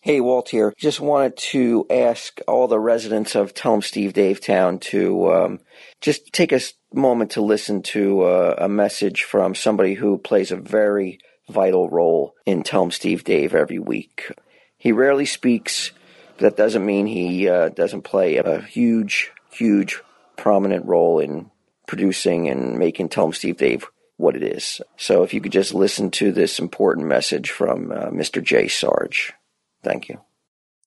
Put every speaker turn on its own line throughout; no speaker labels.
Hey, Walt here. Just wanted to ask all the residents of Tell 'em Steve Dave Town to um, just take a s- moment to listen to uh, a message from somebody who plays a very vital role in Tell 'em Steve Dave every week. He rarely speaks. That doesn't mean he uh, doesn't play a huge, huge, prominent role in producing and making Tell 'em Steve Dave what it is. So if you could just listen to this important message from uh, Mr. J. Sarge. Thank you.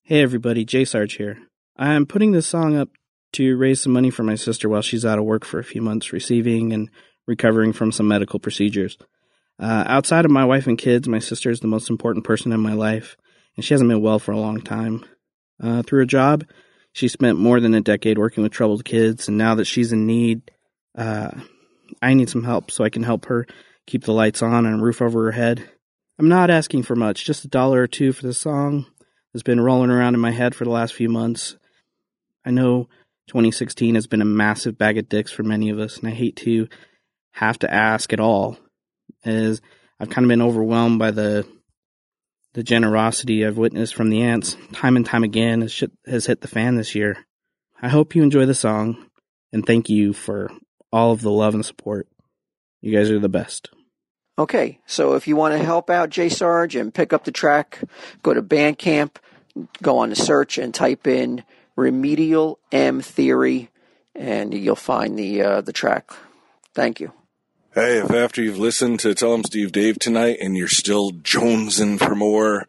Hey everybody, J Sarge here. I'm putting this song up to raise some money for my sister while she's out of work for a few months, receiving and recovering from some medical procedures. Uh, outside of my wife and kids, my sister is the most important person in my life, and she hasn't been well for a long time. Uh, through a job, she spent more than a decade working with troubled kids, and now that she's in need, uh, I need some help so I can help her keep the lights on and a roof over her head. I'm not asking for much, just a dollar or two for the song that's been rolling around in my head for the last few months. I know 2016 has been a massive bag of dicks for many of us, and I hate to have to ask at all, as I've kind of been overwhelmed by the the generosity I've witnessed from the ants time and time again as shit has hit the fan this year. I hope you enjoy the song, and thank you for all of the love and support. You guys are the best.
Okay, so if you want to help out J Sarge and pick up the track, go to Bandcamp, go on the search and type in Remedial M Theory, and you'll find the uh, the track. Thank you.
Hey, if after you've listened to Tell 'em Steve Dave tonight and you're still jonesing for more,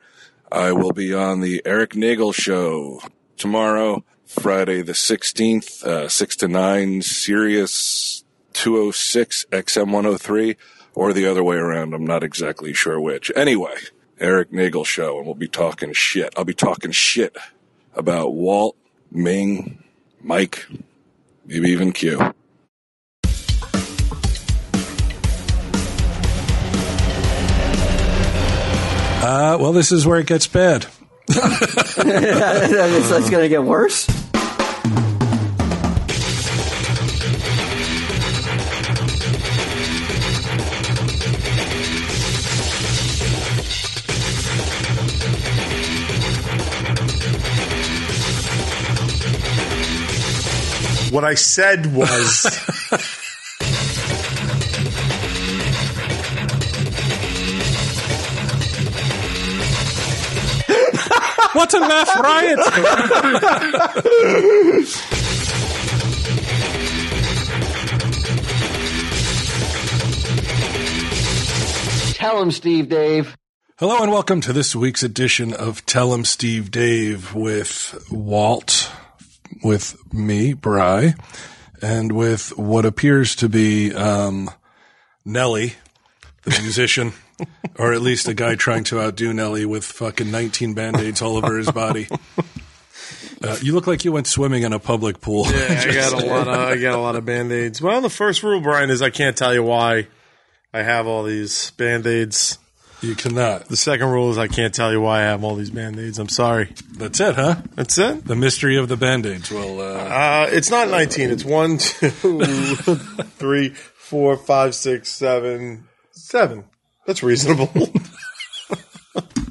I will be on the Eric Nagel show tomorrow, Friday the 16th, uh, 6 to 9, Sirius 206 XM 103, or the other way around. I'm not exactly sure which. Anyway, Eric Nagel show, and we'll be talking shit. I'll be talking shit about Walt, Ming, Mike, maybe even Q.
Uh, well, this is where it gets bad.
it's, it's going to get worse.
What I said was,
What a laugh riot!
Tell him, Steve Dave.
Hello and welcome to this week's edition of Tell 'em Steve Dave with Walt, with me, Bry, and with what appears to be um, Nelly, the musician, or at least a guy trying to outdo Nelly with fucking 19 band aids all over his body. Uh, you look like you went swimming in a public pool.
Yeah, I got a lot of I got a lot of band aids. Well, the first rule, Brian, is I can't tell you why I have all these band aids.
you cannot.
The second rule is I can't tell you why I have all these band aids. I'm sorry.
That's it, huh?
That's it.
The mystery of the band aids. Well, uh,
Uh, it's not 19. It's one, two, three, four, five, six, seven, seven. That's reasonable.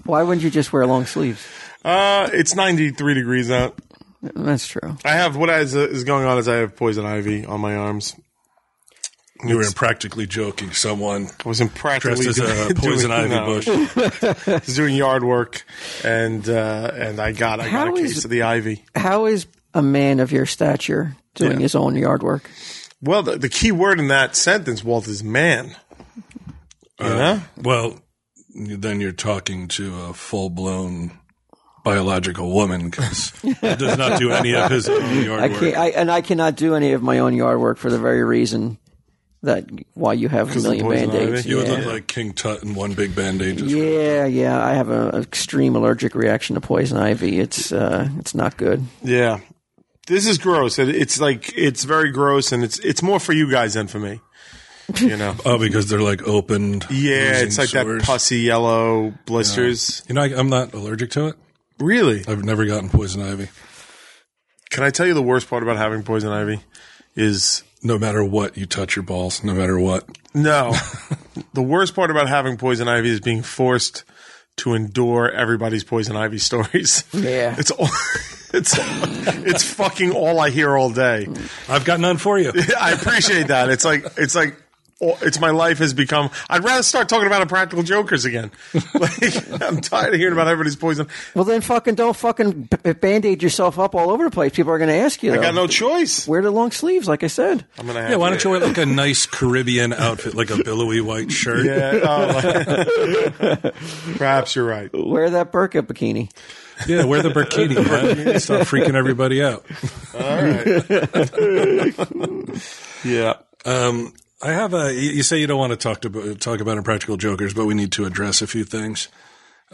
Why wouldn't you just wear long sleeves?
uh, it's 93 degrees out.
That's true.
I have what is, is going on is I have poison ivy on my arms.
you were practically joking. Someone
I was impractically
dressed as a
doing-
poison
doing-
ivy
no.
bush.
was doing yard work, and uh, and I got I got
How
a
is-
case of the ivy.
How is a man of your stature doing his own yard work?
Well, the, the key word in that sentence, Walt, is man. You
Uh,
know?
Well, then you're talking to a full blown biological woman because he does not do any of his own yard
I
work.
can't, I, and I cannot do any of my own yard work for the very reason that why you have a
of
million
poison
band aids.
ivy?
you would look like King Tut in one big band aid. Just
Yeah, yeah. I have an extreme allergic reaction to poison ivy. It's uh, it's not good.
Yeah. This is gross. It, it's like it's very gross, and it's it's more for you guys than for me. You know?
Oh, because they're like opened.
yeah,
oozing
it's like
sores.
that pussy yellow blisters.
You know, I, I'm not allergic to it.
Really?
I've never gotten poison ivy,
Can I tell you the worst part about having poison ivy? Is
no matter what you touch your balls, no matter what.
no. the worst part about having poison ivy is being forced to endure everybody's poison ivy stories.
Yeah.
It's all. It's it's fucking all I hear all day.
I've got none for you.
I appreciate that. It's like it's like oh, it's my life has become. I'd rather start talking about Impractical Jokers again. Like I'm tired of hearing about everybody's poison.
Well, then fucking don't fucking b- b- band-aid yourself up all over the place. People are going to ask you.
I got
though.
no choice.
Wear the long sleeves, like I said.
I'm gonna have
Yeah, why
to-
don't you wear like a nice Caribbean outfit, like a billowy white shirt?
Yeah, oh, my- perhaps you're right.
Wear that burqa bikini.
Yeah, wear the burkini, man. Stop freaking everybody out.
All right. yeah.
Um, I have a. You you say you don't want to talk to talk about impractical jokers, but we need to address a few things.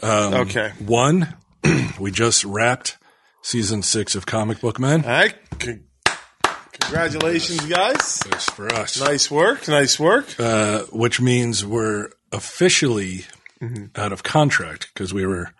Okay.
One, we just wrapped season six of Comic Book Men.
All right. Con- Congratulations, guys.
That's for us,
Nice work. Nice work.
uh, which means we're officially out of contract because we were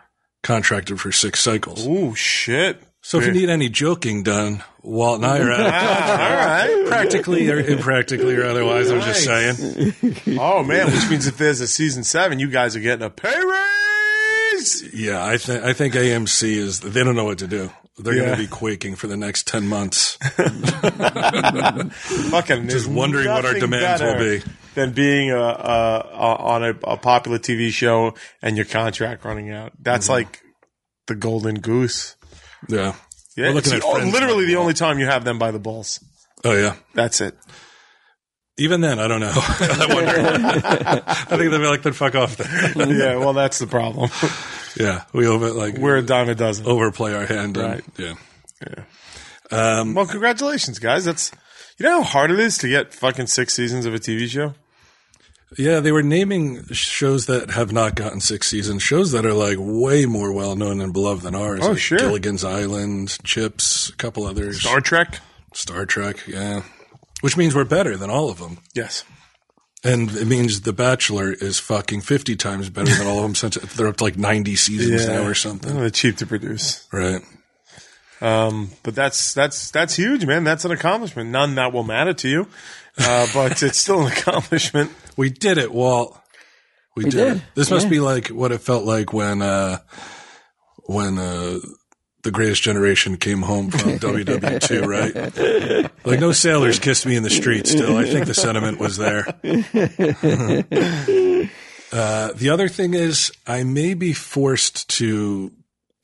contracted for six cycles.
Ooh, shit.
So if you need any joking done, Walt and I are out of
All right.
practically or impractically or otherwise. I'm just saying.
Oh man, which means if there's a season seven, you guys are getting a pay raise.
Yeah, I think I think AMC is. They don't know what to do. They're
Yeah.
going to be quaking for the next ten months.
Fucking
Just
there's
wondering what our
nothing
demands will
better
be.
Than being a, a, a, on a, a popular TV show and your contract running out. That's
Mm-hmm.
like the golden goose.
Yeah.
Yeah,
We're looking
it's
at
the-
Friends
literally
by
the
the
only time you have them by the balls.
Oh yeah.
That's it.
Even then, I don't know. I wonder. I think they'll be like, "Then fuck off." Then.
yeah, well, that's the problem.
yeah, we over like
We're a dime a dozen.
overplay our hand. and-
Right.
yeah.
Well, congratulations, guys. That's you know how hard it is to get fucking six seasons of a TV show.
Yeah, they were naming shows that have not gotten six seasons, shows that are like way more well known and beloved than ours.
Oh,
like
sure.
Gilligan's Island, Chips, a couple others.
Star Trek.
Star Trek, yeah. Which means we're better than all of them.
Yes.
And it means The Bachelor is fucking 50 times better than all of them since they're up to like 90 seasons now or something.
They're cheap to produce.
Right.
Um, but that's that's that's huge, man. That's an accomplishment. None that will matter to you, uh, but it's still an accomplishment.
We did it, Walt. We, did.
did,
it. This must
yeah.
be like what it felt like when, uh, when, uh, the greatest generation came home from WW2, right? Like, no sailors kissed me in the street still. I think the sentiment was there. uh, the other thing is, I may be forced to,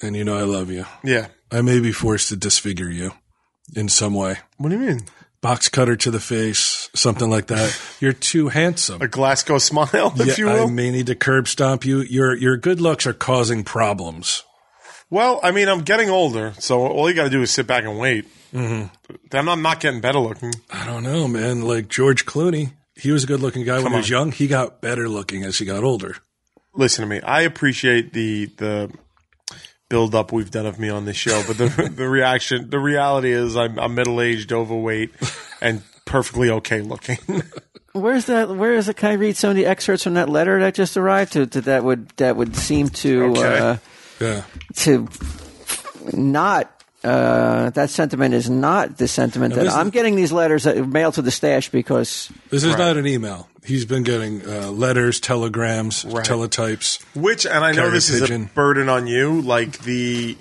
and you know I love you,
Yeah.
I may be forced to disfigure you in some way.
What do you mean?
Box cutter to the face, something like that. You're too handsome.
A Glasgow smile, if you will.
I may need to curb stomp you. Your your good looks are causing problems.
well, I mean, I'm getting older, so all you got to do is sit back and wait. Mm-hmm. I'm not, not getting better looking.
I don't know, man. Like George Clooney, he was a good looking guy when he was young. He got better looking as he got older.
listen to me. I appreciate the the build up we've done of me on this show, but the the reaction, the reality is, I'm, I'm middle aged, overweight, and perfectly okay looking.
Where's that? Where is it? Can I read some of the excerpts from that letter that just arrived? To, to that would that would seem to
Okay.
uh,
Yeah.
to not. Uh, that sentiment is not the sentiment that
this is-
I'm getting these letters that are mailed to the stash because
This is not an email. He's been getting uh, letters, telegrams, teletypes.
Which, and I know
Carrier
this
pigeon.
is a burden on you, like the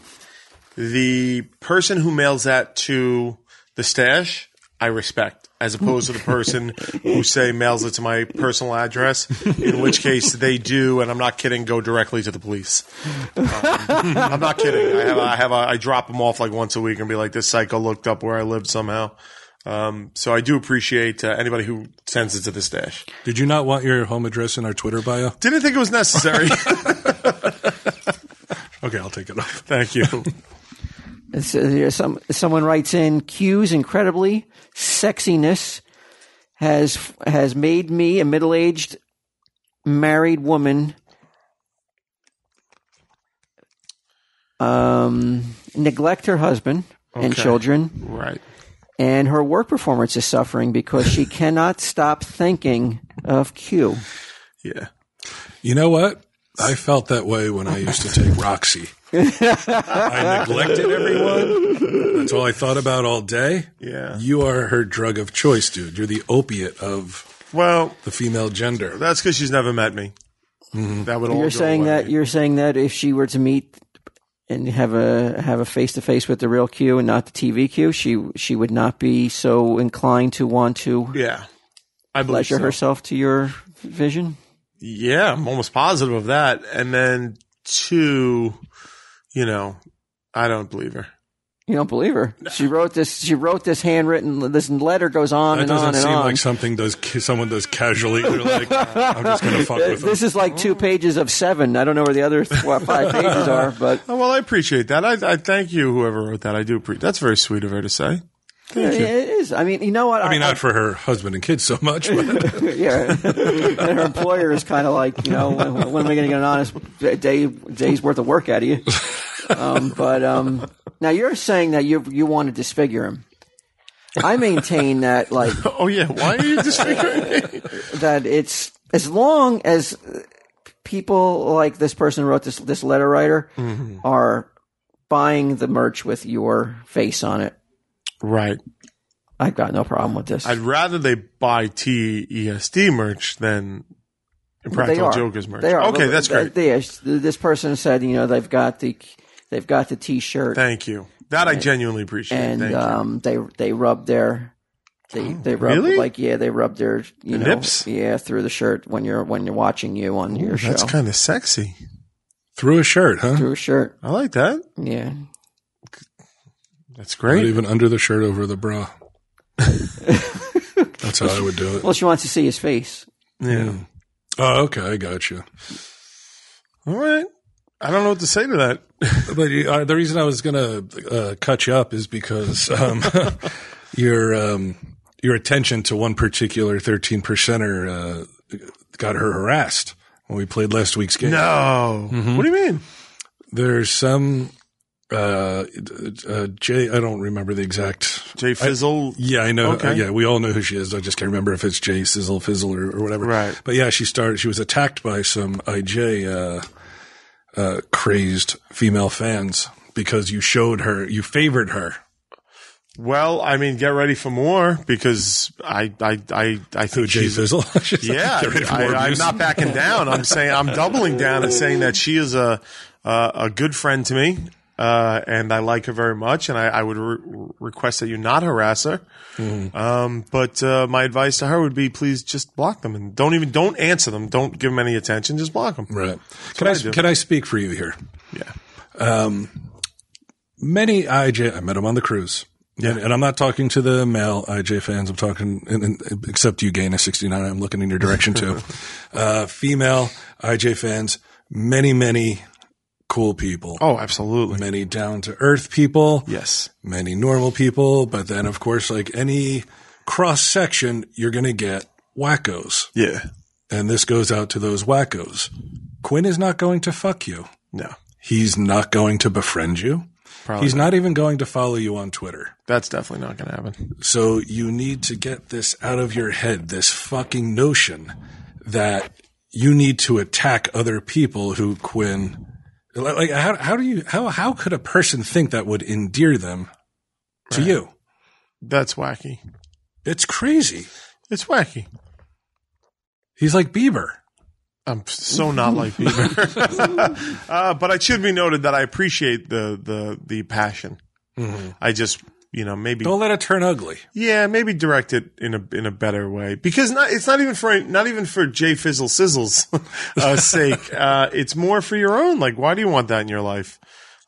the person who mails that to the stash, I respect. As opposed to the person who say mails it to my personal address, in which case they do, and I'm not kidding, go directly to the police. Um, I'm not kidding. I have, I have, a, I drop them off like once a week and be like, this psycho looked up where I lived somehow. Um, so I do appreciate uh, anybody who sends it to the stash.
Did you not want your home address in our Twitter bio?
Didn't think it was necessary.
Okay, I'll take it off.
Thank you.
it's, uh, there's some someone writes in cues incredibly sexiness has has made me a middle aged married woman um, neglect her husband and children
Right.
and her work performance is suffering because she cannot stop thinking of Q.
Yeah.
You know what? I felt that way when I used to take Roxy. I neglected everyone. That's all I thought about all day.
Yeah.
You are her drug of choice, dude. You're the opiate of
Well,
the female gender.
that's because she's never met me. That would all.
You're
go
saying
away.
that you're saying that if she were to meet and have a have a face to face with the real Q and not the TV Q, she she would not be so inclined to want to
Yeah, I believe
pleasure
so.
herself to your vision.
Yeah, I'm almost positive of that. And then two, you know, I don't believe her.
You don't believe her. She wrote this. She wrote this handwritten. This letter goes on
That
and on
doesn't
and
seem
on.
like something does someone does casually. They're like, I'm just gonna fuck with them.
this is like two pages of seven. I don't know where the other th- what, five pages are, but
Oh, well, I appreciate that. I, I thank you, whoever wrote that. I do appreciate. That's very sweet of her to say.
it is. I mean, you know what?
I mean, not for her husband and kids so much, but
yeah, and her employer is kind of like, you know, when, when am I going to get an honest day day's worth of work out of you? Um, but um, now you're saying that you you want to disfigure him. I maintain that like
Oh yeah, why are you disfiguring me?
that it's as long as uh, people like this person who wrote this this letter writer are buying the merch with your face on it.
right.
I've got no problem with this.
I'd rather they buy TESD merch than Impractical Jokers merch.
They are.
Okay,
Look,
that's
th-
great.
They, this person said, you know, they've got the they've got the T-shirt,
Thank you. That I genuinely appreciate.
and
Thank
um, they they rub their they they rub
really?
like yeah, they rub their you know
nips?
yeah through the shirt when you're when you're watching you on your
you.
show
That's kind of sexy.
through a shirt, huh?
through a shirt.
I like that.
Yeah,
That's
Not
great.
even under the shirt, over the bra. That's how I would do it.
well, she wants to see his face.
Yeah.
Oh, okay, I got you.
All right. I don't know what to say to that.
But you, uh, the reason I was gonna uh, cut you up is because um, your um, your attention to one particular thirteen percenter uh, got her harassed when we played last week's game.
No. Mm-hmm. What do you mean?
There's some uh, uh, Jay. I don't remember the exact.
Jay Fizzle.
Yeah, I know. Uh,
Okay.
yeah, we all know who she is. I just can't remember if it's Jay Sizzle Fizzle or, or whatever.
Right.
But yeah, she started. She was attacked by some IJ uh, uh, crazed female fans because you showed her, you favored her.
Well, I mean, get ready for more because I, I, I, I
Who
think
Jay
she's.
Sizzle? She's like,
Yeah,
"Get rid of
I,
more
I'm
abuse."
not backing down. I'm saying I'm doubling down and saying that she is a a, a good friend to me, uh, and I like her very much. And I, I would re- request that you not harass her. Um, but uh, my advice to her would be: please just block them and don't even don't answer them. Don't give them any attention. Just block them.
Right. Can I,
I do.
can I speak for you here?
Yeah.
Many IJ, I met him on the cruise. And, and I'm not talking to the male IJ fans. I'm talking, and, and, except you, Gaina69. I'm looking in your direction too. uh, female IJ fans, many, many cool people,
Oh, absolutely.
many down to earth people,
Yes.
many normal people. But then, of course, like any cross section, you're going to get wackos.
Yeah.
And this goes out to those wackos. Quinn is not going to fuck you.
No.
He's not going to befriend you.
Probably.
He's not even going to follow you on Twitter.
That's definitely not going to happen.
So you need to get this out of your head, this fucking notion that you need to attack other people who Quinn like like, how how do you how how could a person think that would endear them to you?
That's wacky.
It's crazy.
It's wacky.
He's like Bieber.
I'm so not like Bieber. uh, but it should be noted that I appreciate the the the passion. I just you know maybe
Mm-hmm. Don't let it turn ugly.
yeah maybe direct it in a in a better way because not it's not even for not even for Jay Fizzle Sizzle's uh, sake. Uh, it's more for your own. Like why do you want that in your life?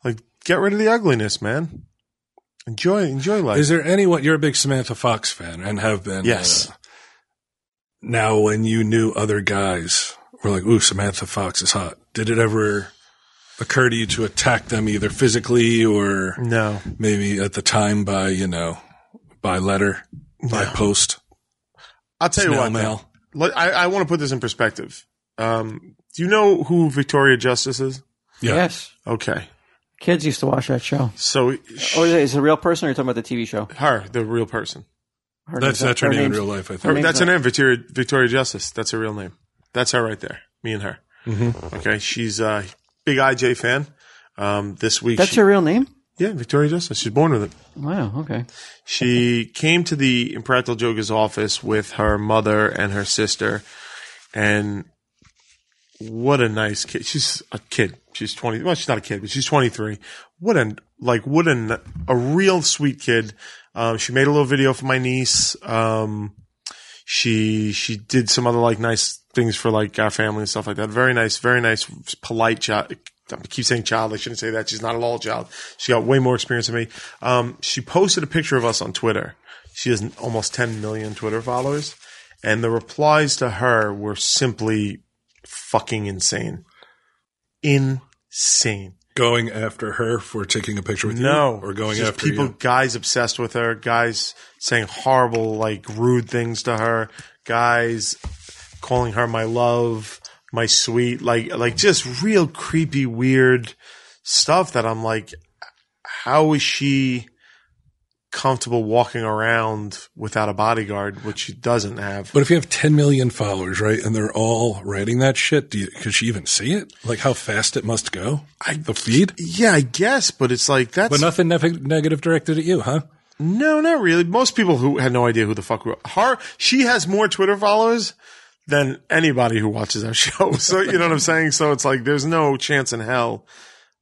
Like get rid of the ugliness, man. Enjoy enjoy life.
Is there anyone you're a big Samantha Fox fan and have been?
Yes.
uh, now, when you knew other guys were like, "Ooh, Samantha Fox is hot," did it ever occur to you to attack them either physically or
no.
maybe at the time by you know by letter, by post,
I'll tell you
snail
what. though.
mail?
Let- I, I want to put this in perspective. Um, do you know who Victoria Justice is?
Yeah.
Yes,
Okay.
kids used to watch that show.
So
Or Oh, is it a real person? Or are you talking about the TV show?
her, the real person.
Her name's-
That's that's her name in
name's-
real life, I
Her-
think.
that's her name, Victoria, Victoria Justice. That's her real name. That's her right there. Me and her.
Mm-hmm.
Okay. She's a big IJ fan. Um, this week.
That's
she-
her real name.
Yeah, Victoria Justice. She's born with it.
Wow. Okay.
She came to the Impractical Joker's office with her mother and her sister, and What a nice kid. She's a kid. She's 20. Well, she's not a kid, but she's 23. What a, like, what an, a real sweet kid. Um, she made a little video for my niece. Um, she, she did some other like nice things for like our family and stuff like that. Very nice, very nice, polite child. I keep saying child. I shouldn't say that. She's not at all a child. She got way more experience than me. Um, she posted a picture of us on Twitter. She has almost 10 million Twitter followers. And the replies to her were simply fucking insane. Insane.
Going after her for taking a picture with
No.
you, or going
Just
after
people,
you.
guys obsessed with her, guys saying horrible, like rude things to her, guys calling her my love, my sweet, like, like just real creepy, weird stuff that I'm like, how is she comfortable walking around without a bodyguard, which she doesn't have?
But if you have 10 million followers, right, and they're all writing that shit, do you, could she even see it? Like how fast it must go? the feed?
yeah, I guess, but it's like that's
But nothing nef- negative directed at you, huh?
No, not really. Most people who had no idea who the fuck we were. Her, she has more Twitter followers than anybody who watches our show. So you know what I'm saying. So it's like there's no chance in hell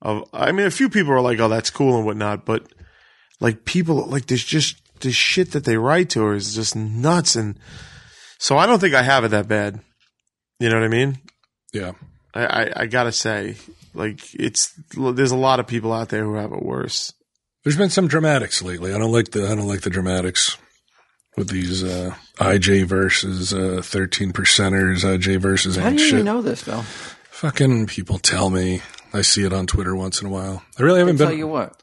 of. I mean, a few people are like, "Oh, that's cool" and whatnot, but like people, like there's just the shit that they write to her is just nuts. And so I don't think I have it that bad. You know what I mean?
Yeah.
I, I, I gotta say, like it's there's a lot of people out there who have it worse.
There's been some dramatics lately. I don't like the I don't like the dramatics with these uh, IJ versus uh, 13 percenters, IJ versus
How
ain't
do you
shit.
even know this, though?
Fucking people tell me. I see it on Twitter once in a while. I really
They
haven't
tell
been
you what.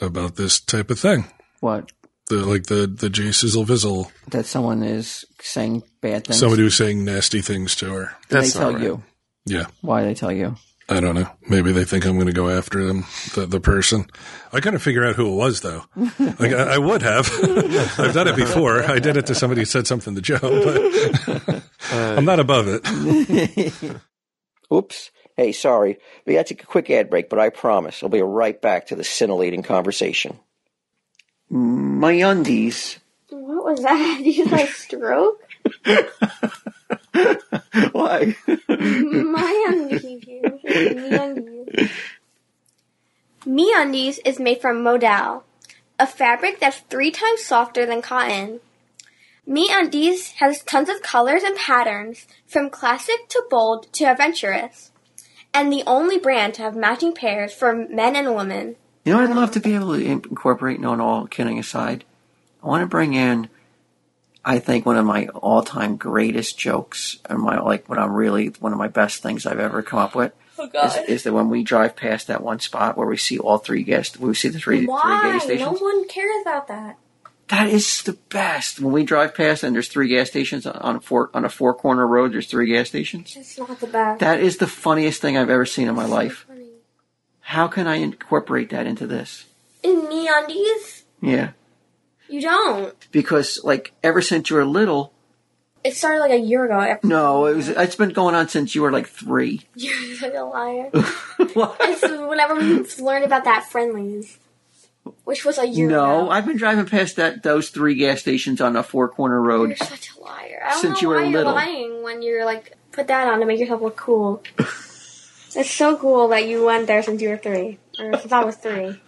about this type of thing.
What?
The like the the J Sizzle Vizzle,
That someone is saying bad things.
somebody was saying nasty things to her.
they
That's
tell
not right.
you.
Yeah.
Why they tell you.
I don't know. Maybe they think I'm going to go after them, the, the person. I couldn't figure out who it was, though. Like, I, I would have. I've done it before. I did it to somebody who said something to Joe, but I'm not above it.
Oops. Hey, sorry. We got to take a quick ad break, but I promise I'll be right back to the scintillating conversation. My undies.
What was that? Did you like stroke?
Why?
My undies. Me undies. Me undies is made from modal, a fabric that's three times softer than cotton. Me undies has tons of colors and patterns, from classic to bold to adventurous, and the only brand to have matching pairs for men and women.
You know, I'd love to be able to incorporate, no, no, all kidding aside, I want to bring in, I think, one of my all time greatest jokes, and my, like, what I'm really, one of my best things I've ever come up with.
Oh
Is, is that when we drive past that one spot where we see all three gas, where we see the three, three
Why?
gas
No
stations?
one cares about that.
That is the best. When we drive past and there's three gas stations on a four on a four corner road, there's three gas stations.
It's not the best.
That is the funniest thing I've ever seen in my life. How can I incorporate that into this?
In me undies,
Yeah,
you don't.
because like ever since you were little,
It started like a year ago. I-
no, it was it's been going on since you were like three.
You're such a liar.
What?
It's whenever we learned about that friendlies, which was a year ago.
No, I've been driving past that those three gas stations on a four corner
You're
road.
such a liar. I don't
Since you
know
were
why
little.
you're lying when you're like put that on to make yourself look cool. it's so cool that you went there since you were three, or since I was three.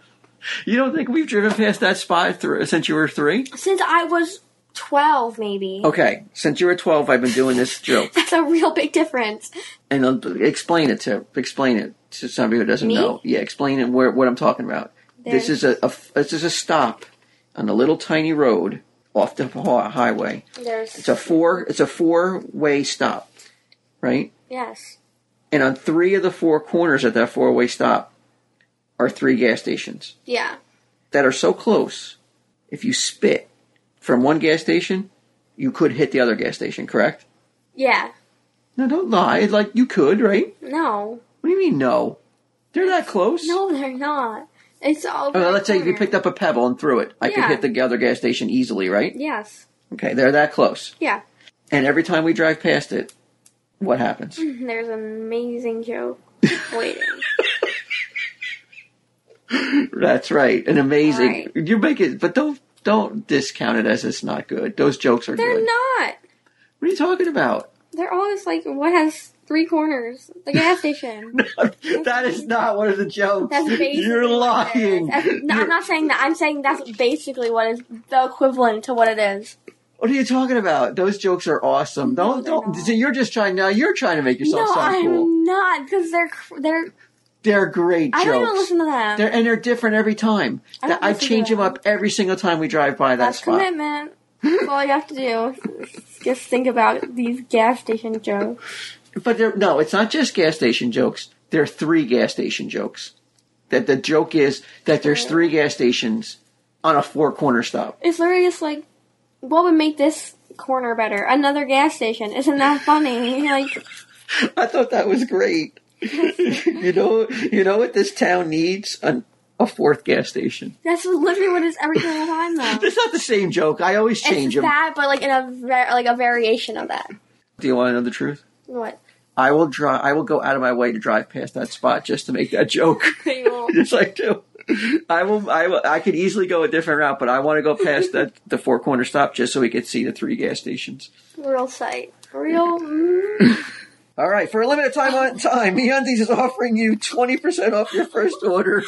You don't think we've driven past that spot through, since you were three?
Since I was twelve, maybe.
Okay, since you were twelve, I've been doing this joke.
That's a real big difference.
and um, explain it to explain it to somebody who doesn't
Me?
know. Yeah, explain it where what I'm talking about. This
There's-
is a, a f- this is a stop on a little tiny road off the ha- highway.
There's
It's a four it's a four way stop, right?
yes,
And on three of the four corners at that four way stop are three gas stations
yeah.
that are so close. If you spit from one gas station, you could hit the other gas station. Correct?
Yeah.
No, don't lie. Like you could, right?
No.
What do you mean no? They're that close.
No, they're not. It's all.
Oh, let's say if you picked up a pebble and threw it, I
Yeah.
could hit the other gas station easily, right?
Yes.
Okay, they're that close.
Yeah.
And every time we drive past it, what happens?
There's an amazing joke waiting.
That's right, an amazing.
Mm-hmm. Right.
You make it, but don't don't discount it as it's not good. Those jokes are
They're
good.
not.
What are you talking about?
They're always like, what has Three corners. The gas station.
that is not one of the jokes.
That's basically
You're
what it is.
lying.
That's- no, I'm not saying that. I'm saying that's basically what is the equivalent to what it is.
What are you talking about? Those jokes are awesome.
No,
Don't
they're
don't.
not.
So you're just trying now. You're trying to make yourself
no,
sound
I'm
cool.
not because they're cr- they're.
They're great
I
jokes.
don't even listen to them.
They're and they're different every time.
I
I,
don't listen to
change them
them.
up every single time we drive by that
that's
spot.
commitment. That's all you have to do. Just think about these gas station jokes.
But they're, no, it's not just gas station jokes. There are three gas station jokes. That the joke is that there's three gas stations on a four corner stop.
It's literally just like, what would make this corner better? Another gas station. Isn't that funny? Like,
I thought that was great. you know, you know what this town needs An, a fourth gas station.
that's literally what it's every single time though.
It's not the same joke. I always change them.
It's that, but like in a ver- like a variation of that.
Do you want to know the truth?
What?
I will drive. I will go out of my way to drive past that spot just to make that joke.
They will-
just like do. I will. I will. I could easily go a different route, but I want to go past that the four corner stop just so we could see the three gas stations.
Real sight. Real. Mm,
All right, for a limited time on time, MeUndies is offering you 20% off your first order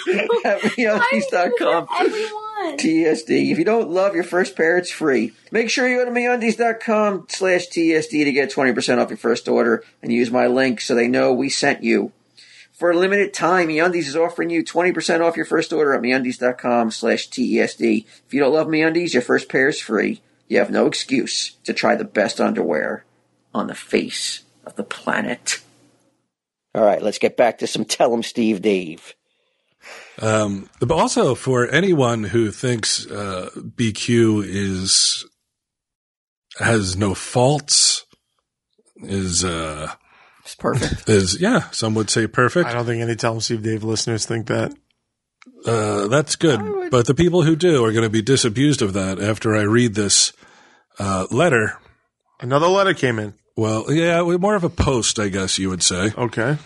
at MeUndies.com.
everyone.
TSD. If you don't love your first pair, it's free. Make sure you go to MeUndies.com slash TSD to get 20% off your first order and use my link so they know we sent you. For a limited time, MeUndies is offering you 20% off your first order at MeUndies.com slash TESD. If you don't love MeUndies, your first pair is free. You have no excuse to try the best underwear on the face of the planet. All right, let's get back to some Tell 'em Steve Dave.
Um, but also for anyone who thinks uh, BQ is has no faults, is uh,
It's perfect.
is yeah, some would say perfect.
I don't think any Tell 'em Steve Dave listeners think that.
Uh, that's good. But the people who do are going to be disabused of that after I read this uh, letter.
Another letter came in.
Well, yeah, more of a post, I guess you would say.
Okay.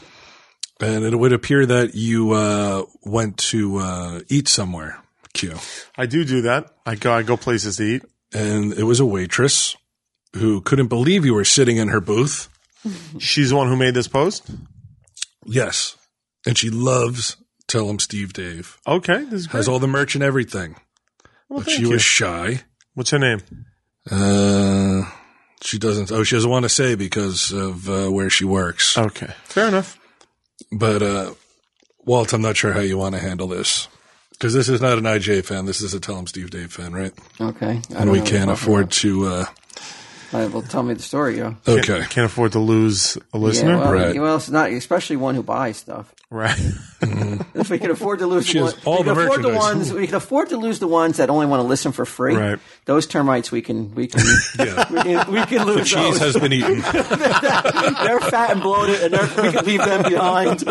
And it would appear that you uh, went to uh, eat somewhere, Q.
I do do that. I go, I go places to eat.
And it was a waitress who couldn't believe you were sitting in her booth.
She's the one who made this post.
Yes. And she loves Tell 'em Steve Dave.
Okay. This is great.
Has all the merch and everything.
Well,
but
thank
she
you.
was shy.
What's her name?
Uh, she doesn't. Oh, she doesn't want to say because of uh, where she works.
Okay. Fair enough.
But uh, Walt, I'm not sure how you want to handle this because this is not an IJ fan. This is a Tell 'em Steve Dave fan, right?
Okay. I
And
don't
we
know what
can't
you're
afford
talking
to. Uh,
about. All right, well, tell me the story, yo.
Can't-
okay.
Can't, afford to lose a listener.
Yeah, well,
Right.
well, it's not especially one who buys stuff.
right.
If we can afford to lose
She
the
has
one-
all
we can
the
afford the
merchandise.
ones we can afford to lose the ones that only want to listen for free.
Right.
Those termites we can we can
Yeah.
we, can, we can lose.
Cheese
those.
has been eaten.
they're fat and bloated, and they're, we can leave them behind.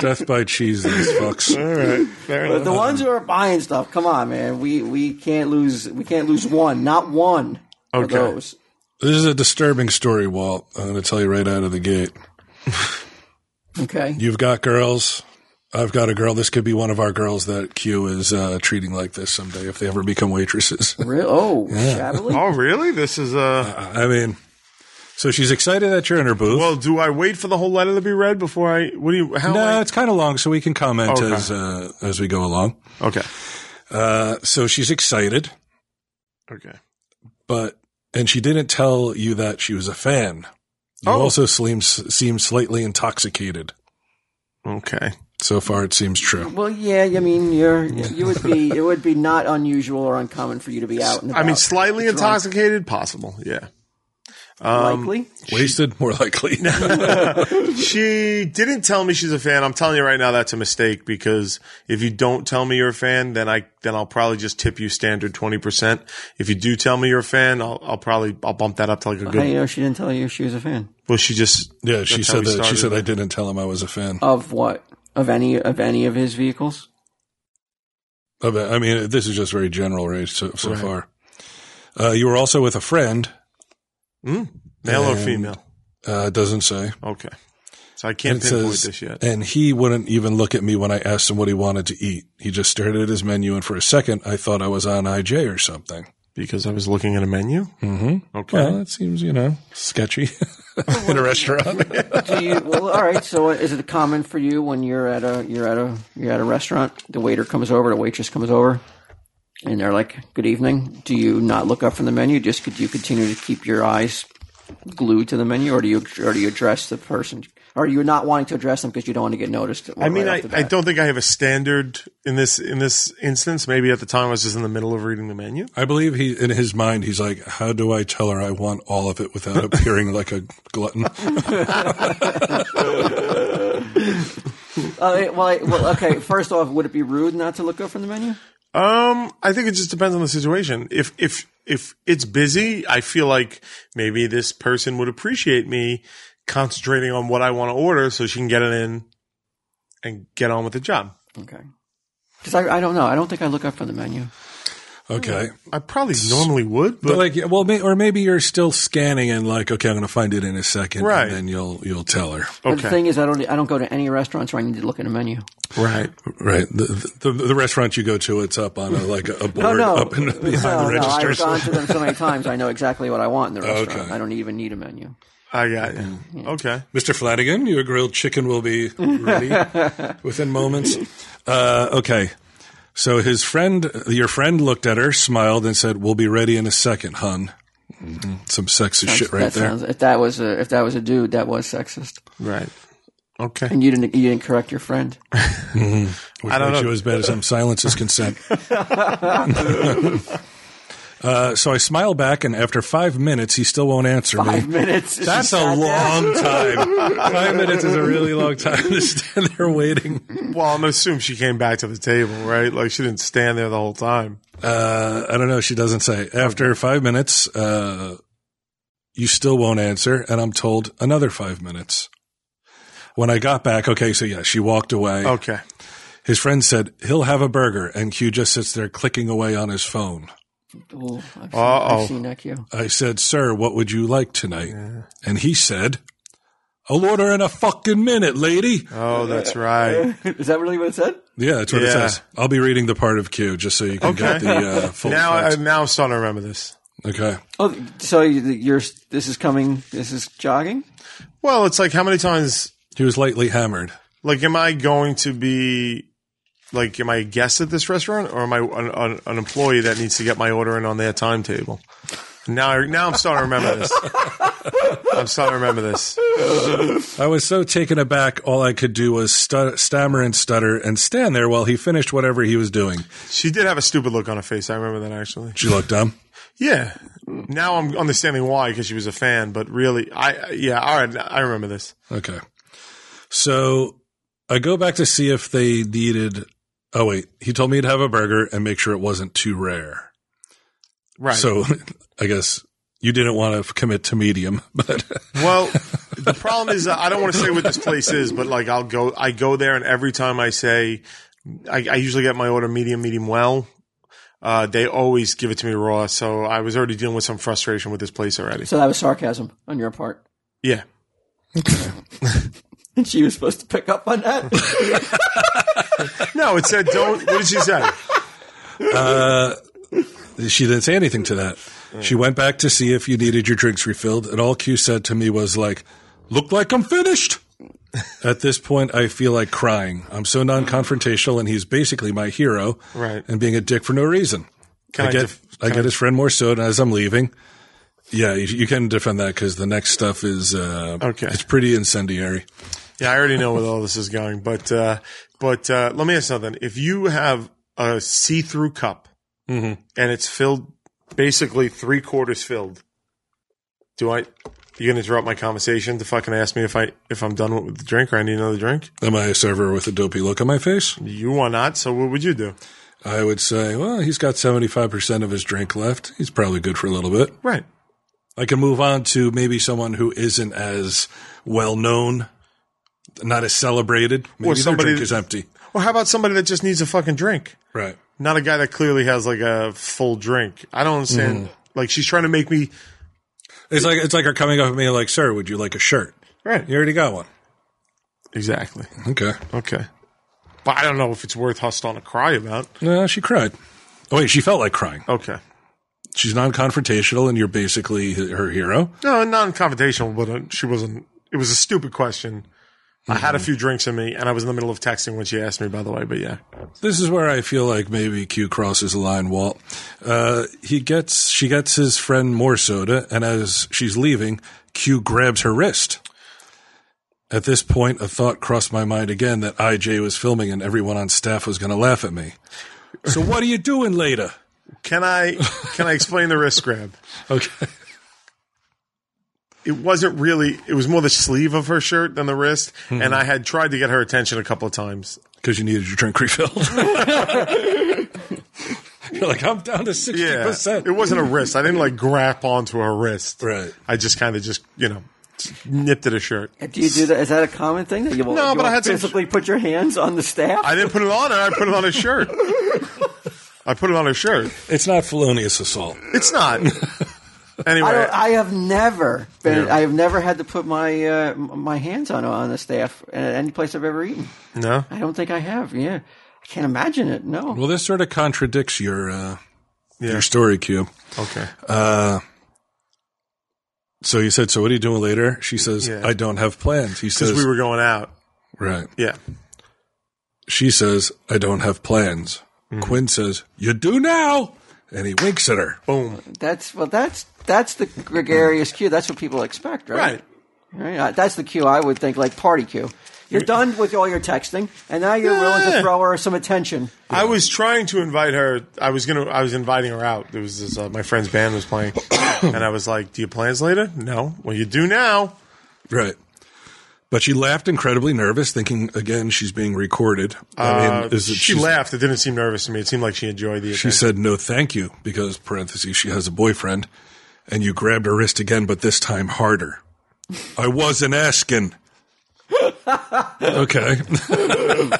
Death by cheese, these fucks.
All right. Fair
But
enough.
the ones who are buying stuff, come on, man. We we can't lose. We can't lose one. Not one of
Okay.
those.
This is a disturbing story, Walt. I'm going to tell you right out of the gate.
Okay.
You've got girls. I've got a girl. This could be one of our girls that Q is uh, treating like this someday if they ever become waitresses.
Real? Oh, shabbily.
Oh, really? This is uh,
I mean, so she's excited that you're in her booth.
well, do I wait for the whole letter to be read before I? What do you? How?
no,
am
it's kind of long, so we can comment
Okay.
as uh, as we go along.
I- okay.
Uh, so she's excited,
Okay.
but and she didn't tell you that she was a fan. You
Oh.
also seem seem slightly intoxicated.
Okay.
So far, it seems true.
Well, yeah. I mean, you're you would be it would be not unusual or uncommon for you to be out. And
I mean,
about.
slightly
Drunk.
intoxicated, possible. Yeah. Um,
likely.
Wasted, more likely.
She didn't tell me she's a fan. I'm telling you right now, that's a mistake because if you don't tell me you're a fan, then I then I'll probably just tip you standard twenty percent. If you do tell me you're a fan, I'll, I'll probably I'll bump that up to like a
How do you
good.
uh,
know she didn't tell you she was a fan
Well, she just
yeah, she
That's how
said
we
that. She
started, Oh.
said I
right?
didn't tell him I was a fan.
of what of any of any of his vehicles?
Of it. I mean, this is just very general, right? So, so
Right.
far, uh, you were also with a friend.
mm, male or
And-
female.
Uh, it doesn't say.
Okay, so I can't
And it
pinpoint
says-
this yet.
And he wouldn't even look at me when I asked him what he wanted to eat. He just stared at his menu, and for a second, I thought I was on IJ or something
Because I was looking at a menu. Mm-hmm. Okay.
Well, it seems, you know, sketchy in a restaurant.
Do you, well, all right. So, is it common for you when you're at a you're at a you're at a restaurant? The waiter comes over, the waitress comes over, and they're like, "Good evening." Do you not look up from the menu? Just could you continue to keep your eyes glued to the menu, or do you or do you address the person? Or you're not wanting to address them because you don't want to get noticed?
I mean, I, I don't think I have a standard in this in this instance. Maybe at the time I was just in the middle of reading the menu.
I believe he, in his mind, he's like, how do I tell her I want all of it without appearing like a glutton?
Uh, well, I, well, okay. First off, would it be rude not to look up from the menu?
Um, I think it just depends on the situation. If if if it's busy, I feel like maybe this person would appreciate me concentrating on what I want to order so she can get it in and get on with the job.
Okay. Because I, I don't know. I don't think I look up from the menu.
Okay.
I probably normally would,
But
but
like, yeah, well, may, or maybe you're still scanning and like, okay, I'm going to find it in a second.
Right.
And then you'll, you'll tell her.
But the
okay,
thing is, I don't I don't go to any restaurants where I need to look at a menu.
right.
Right. The, the, the restaurant you go to, it's up on a, like a board
Oh, no.
up in, behind the
No, no, I've
registers.
gone to them so many times. I know exactly what I want in the restaurant.
okay.
I don't even need a menu.
I got you. Okay.
Mr. Flanagan, your grilled chicken will be ready within moments. Uh, okay. So his friend, your friend looked at her, smiled, and said, We'll be ready in a second, hun. Mhm. Some sexist shit right
that
there.
sounds. If that was a if that was a dude, that was sexist.
Right. Okay.
And you didn't you didn't correct your friend.
Which
don't
makes
know.
you as bad as him. Silence is consent. uh, so I smile back, and after five minutes, he still won't answer me.
Five minutes.
That's a long time. Five minutes is a really long time to stand there waiting.
Well, I'm gonna assume she came back to the table, right? Like she didn't stand there the whole time.
Uh, I don't know. She doesn't say. After five minutes, uh, you still won't answer, and I'm told another five minutes. When I got back, okay, so yeah, she walked away.
Okay.
His friend said he'll have a burger, and Q just sits there clicking away on his phone.
Ooh, I've, seen,
Uh-oh.
I've seen that cue.
I said, "Sir, what would you like tonight?" And he said, "I'll order in a fucking minute, lady."
Oh, that's right.
Is that really what it said?
Yeah, that's what it
Yeah.
says. I'll be reading the part of Q just so you can get the uh, full.
Now, I,
text.
now I'm starting to remember this.
okay.
Oh, so you- you're this is coming. This is jogging.
Well, it's like how many times?
He was lightly hammered.
Like, am I going to be like, am I a guest at this restaurant, or am I an, an, an employee that needs to get my order in on their timetable? Now, I- now I'm starting to remember this. I'm starting to remember this.
I was so taken aback, all I could do was stu- stammer and stutter and stand there while he finished whatever he was doing.
She did have a stupid look on her face. I remember that actually.
She looked dumb.
Yeah. Now I'm understanding why because she was a fan, but really, I yeah. All right, I remember this.
Okay. So I go back to see if they needed. Oh, wait. He told me to have a burger and make sure it wasn't too rare.
Right.
So I guess you didn't want to commit to medium, but
Well, the problem is that I don't want to say what this place is, but like I'll go, I go there, and every time I say, I, I usually get my order medium, medium well. Uh, they always give it to me raw, so I was already dealing with some frustration with this place already.
So that was sarcasm on your part.
Yeah,
And she was supposed to pick up on that.
no, it said don't. What did she say?
she didn't say anything to that.
Mm.
She went back to see if you needed your drinks refilled, and all Q said to me was like, "Look like I'm finished." At this point, I feel like crying. I'm so non-confrontational, and he's basically my hero,
Right.
And being a dick for no reason. I,
I
get
def-
I get his friend more soda as I'm leaving. Yeah, you, you can defend that because the next stuff is uh,
Okay.
It's pretty incendiary.
Yeah, I already know where all this is going, but uh, but uh, let me ask something. If you have a see-through cup and it's filled, basically three quarters filled, do I? You gonna interrupt my conversation to fucking ask me if I if I'm done with the drink or I need another drink?
Am I a server with a dopey look on my face?
You are not. So what would you do?
I would say, well, he's got 75% of his drink left. He's probably good for a little bit.
Right.
I can move on to maybe someone who isn't as well known, not as celebrated. Maybe
Or
their
somebody-
drink is empty.
Or how about somebody that just needs a fucking drink?
Right.
Not a guy that clearly has like a full drink. I don't understand. Like she's trying to make me
It's like it's like her coming up to me like, "Sir, would you like a shirt?"
right.
You already got one.
Exactly.
Okay.
Okay. But I don't
Uh,
know if it's worth us starting to cry about.
No, she cried. Oh wait, she felt like crying.
Okay.
she's non-confrontational, and you're basically her hero.
No, non-confrontational, but uh, she wasn't. It was a stupid question. I had a few drinks in me, and I was in the middle of texting when she asked me. By the way, but yeah,
This is where I feel like maybe Q crosses the line, Walt. Uh, he gets she gets his friend more soda, and as she's leaving, Q grabs her wrist. At this point, a thought crossed my mind again that IJ was filming and everyone on staff was going to laugh at me. So what are you doing later?
can I can I explain the wrist grab?
Okay.
It wasn't really. It was more the sleeve of her shirt than the wrist, and I had tried to get her attention a couple of times.
Because you needed your drink refilled. You're like, I'm down to 60%.
Yeah, it wasn't a wrist. I didn't like grasp onto her wrist.
Right.
I just kind of just you know nipped at her shirt.
Do you do that? Is that a common thing that you will,
No,
you
but I
will
had some-
physically put your hands on the staff?
I didn't put it on her. I put it on her shirt. I put it on her shirt.
It's not felonious assault.
It's not.
I,
Anyway,
don't, I have never been. I have never had to put my uh, m- my hands on on the staff at any place I've ever eaten.
no.
I don't think I have. Yeah, I can't imagine it. No.
Well, this sort of contradicts your uh, your story, Q.
Okay.
So he said, "So what are you doing later?" She says,
Yeah.
"I don't have plans." He says,
Because we were going out.
"Right."
Yeah.
She says, "I don't have plans."
Mm-hmm.
Quinn says, "You do now," and he winks at her.
Boom.
That's well. That's that's the gregarious cue. That's what people expect, right?
Right.
Right. Uh, That's the cue I would think, like party cue. You're done with all your texting, and now you're willing to
Yeah.
throw her some attention.
I was trying to invite her. I was gonna. I was inviting her out. There was this. Uh, my friend's band was playing, and I was like, "Do you plans later?" No. Well, you do now.
Right. But she laughed incredibly nervous, thinking again she's being recorded. I mean, is it,
Uh, She
she's-
laughed. It didn't seem nervous to me. It seemed like she enjoyed the.
She
Attention.
said, "No, thank you," because parentheses she has a boyfriend, and you grabbed her wrist again, but this time harder. I wasn't asking. okay.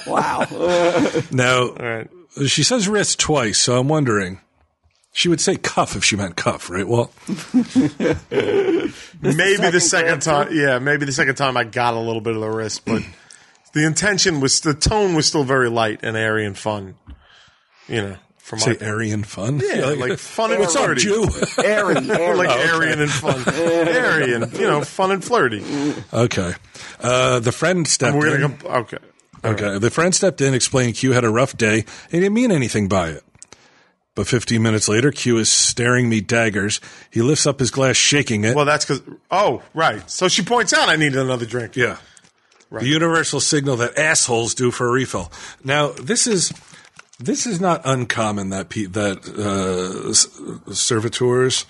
Wow. Uh,
Now,
All right.
She says wrist twice, so I'm wondering. She would say cuff if she meant cuff, right? Well,
Maybe
second
the second
grab,
time. Yeah. Maybe the second time I got a little bit of the wrist, but the intention was the tone was still very light and airy and fun. You know, from
say
my
airy and fun.
Yeah, like fun and
What's up,
flirty.
Jew?
airy, airy.
like Aryan and fun, Aryan, you know, fun and flirty.
okay. Uh, the friend stepped
We're
in.
gonna comp- okay.
okay. The friend stepped in, explaining Q had a rough day. He didn't mean anything by it. But 15 minutes later, Q is staring me daggers. He lifts up his glass, shaking it.
Well, that's because. Oh, right. So she points out I needed another drink.
Yeah. The universal signal that assholes do for a refill. Now, this is this is not uncommon that pe- that uh, s- servitors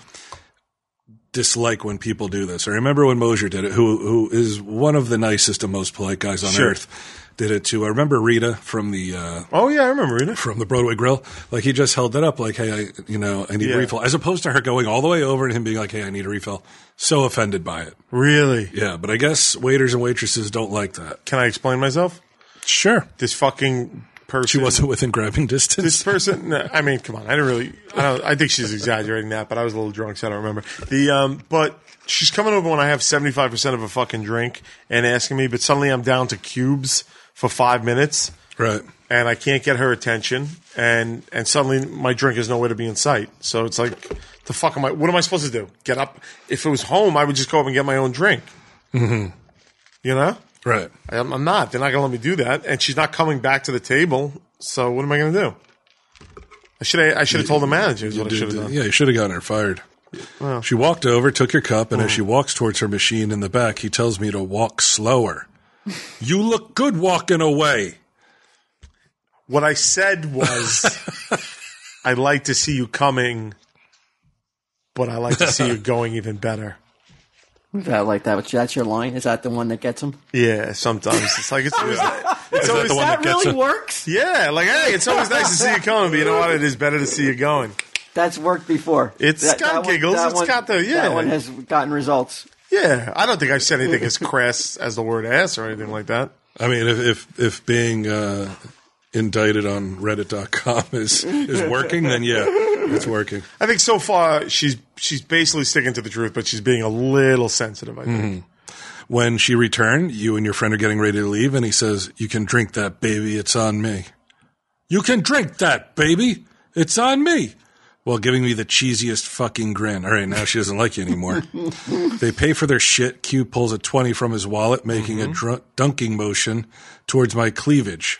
dislike when people do this. I remember when Mosier did it, who who is one of the nicest and most polite guys on
Sure.
earth, did it too. I remember Rita from the uh,
Oh yeah, I remember Rita.
from the Broadway Grill, like he just held that up, like, "Hey, I, you know, I need
Yeah.
a refill," as opposed to her going all the way over and him being like, "Hey, I need a refill." So offended by it.
Really?
Yeah, but I guess waiters and waitresses don't like that.
Can I explain myself?
Sure.
This fucking person.
She wasn't within grabbing distance.
This person. no, I mean, come on. I didn't really. I, don't, I think she's exaggerating that, but I was a little drunk, so I don't remember. The um, but she's coming over when I have seventy five percent of a fucking drink and asking me, but suddenly I'm down to cubes for five minutes.
right.
and I can't get her attention, and and suddenly my drink is nowhere to be in sight. So it's like, the fuck am I? What am I supposed to do? Get up? If it was home, I would just go up and get my own drink. Mm-hmm. You know,
Right.
I'm, I'm not. They're not gonna let me do that, and she's not coming back to the table. So what am I gonna do? I should I should have told the manager. Is what I should have done.
Yeah, you should have gotten her fired. She walked over, took your cup,
Hmm.
and as she walks towards her machine in the back, he tells me to walk slower. you look good walking away.
What I said was, I like to see you coming, but I like to see you going even better.
Is that like that? That's your line. Is that the one that gets them?
Yeah, sometimes it's like it's always, it's always
the one
That
gets
really
it.
works.
Yeah, like hey, it's always nice to see you coming, but you know what? It is better to see you going.
That's worked before.
It's got giggles,
It's
it's got the- yeah.
That one has gotten results.
Yeah, I don't think I've said anything as crass as the word ass or anything like that.
I mean, if if, if being uh, indicted on Reddit.com is, is working, then yeah, it's working.
I think so far she's she's basically sticking to the truth, but she's being a little sensitive. I think.
Mm-hmm. When she returned, you and your friend are getting ready to leave, and he says, You can drink that, baby. It's on me. You can drink that, baby. It's on me. while giving me the cheesiest fucking grin. All right, now she doesn't like you anymore. they pay for their shit. Q pulls a 20 from his wallet, making a dr- dunking motion towards my cleavage.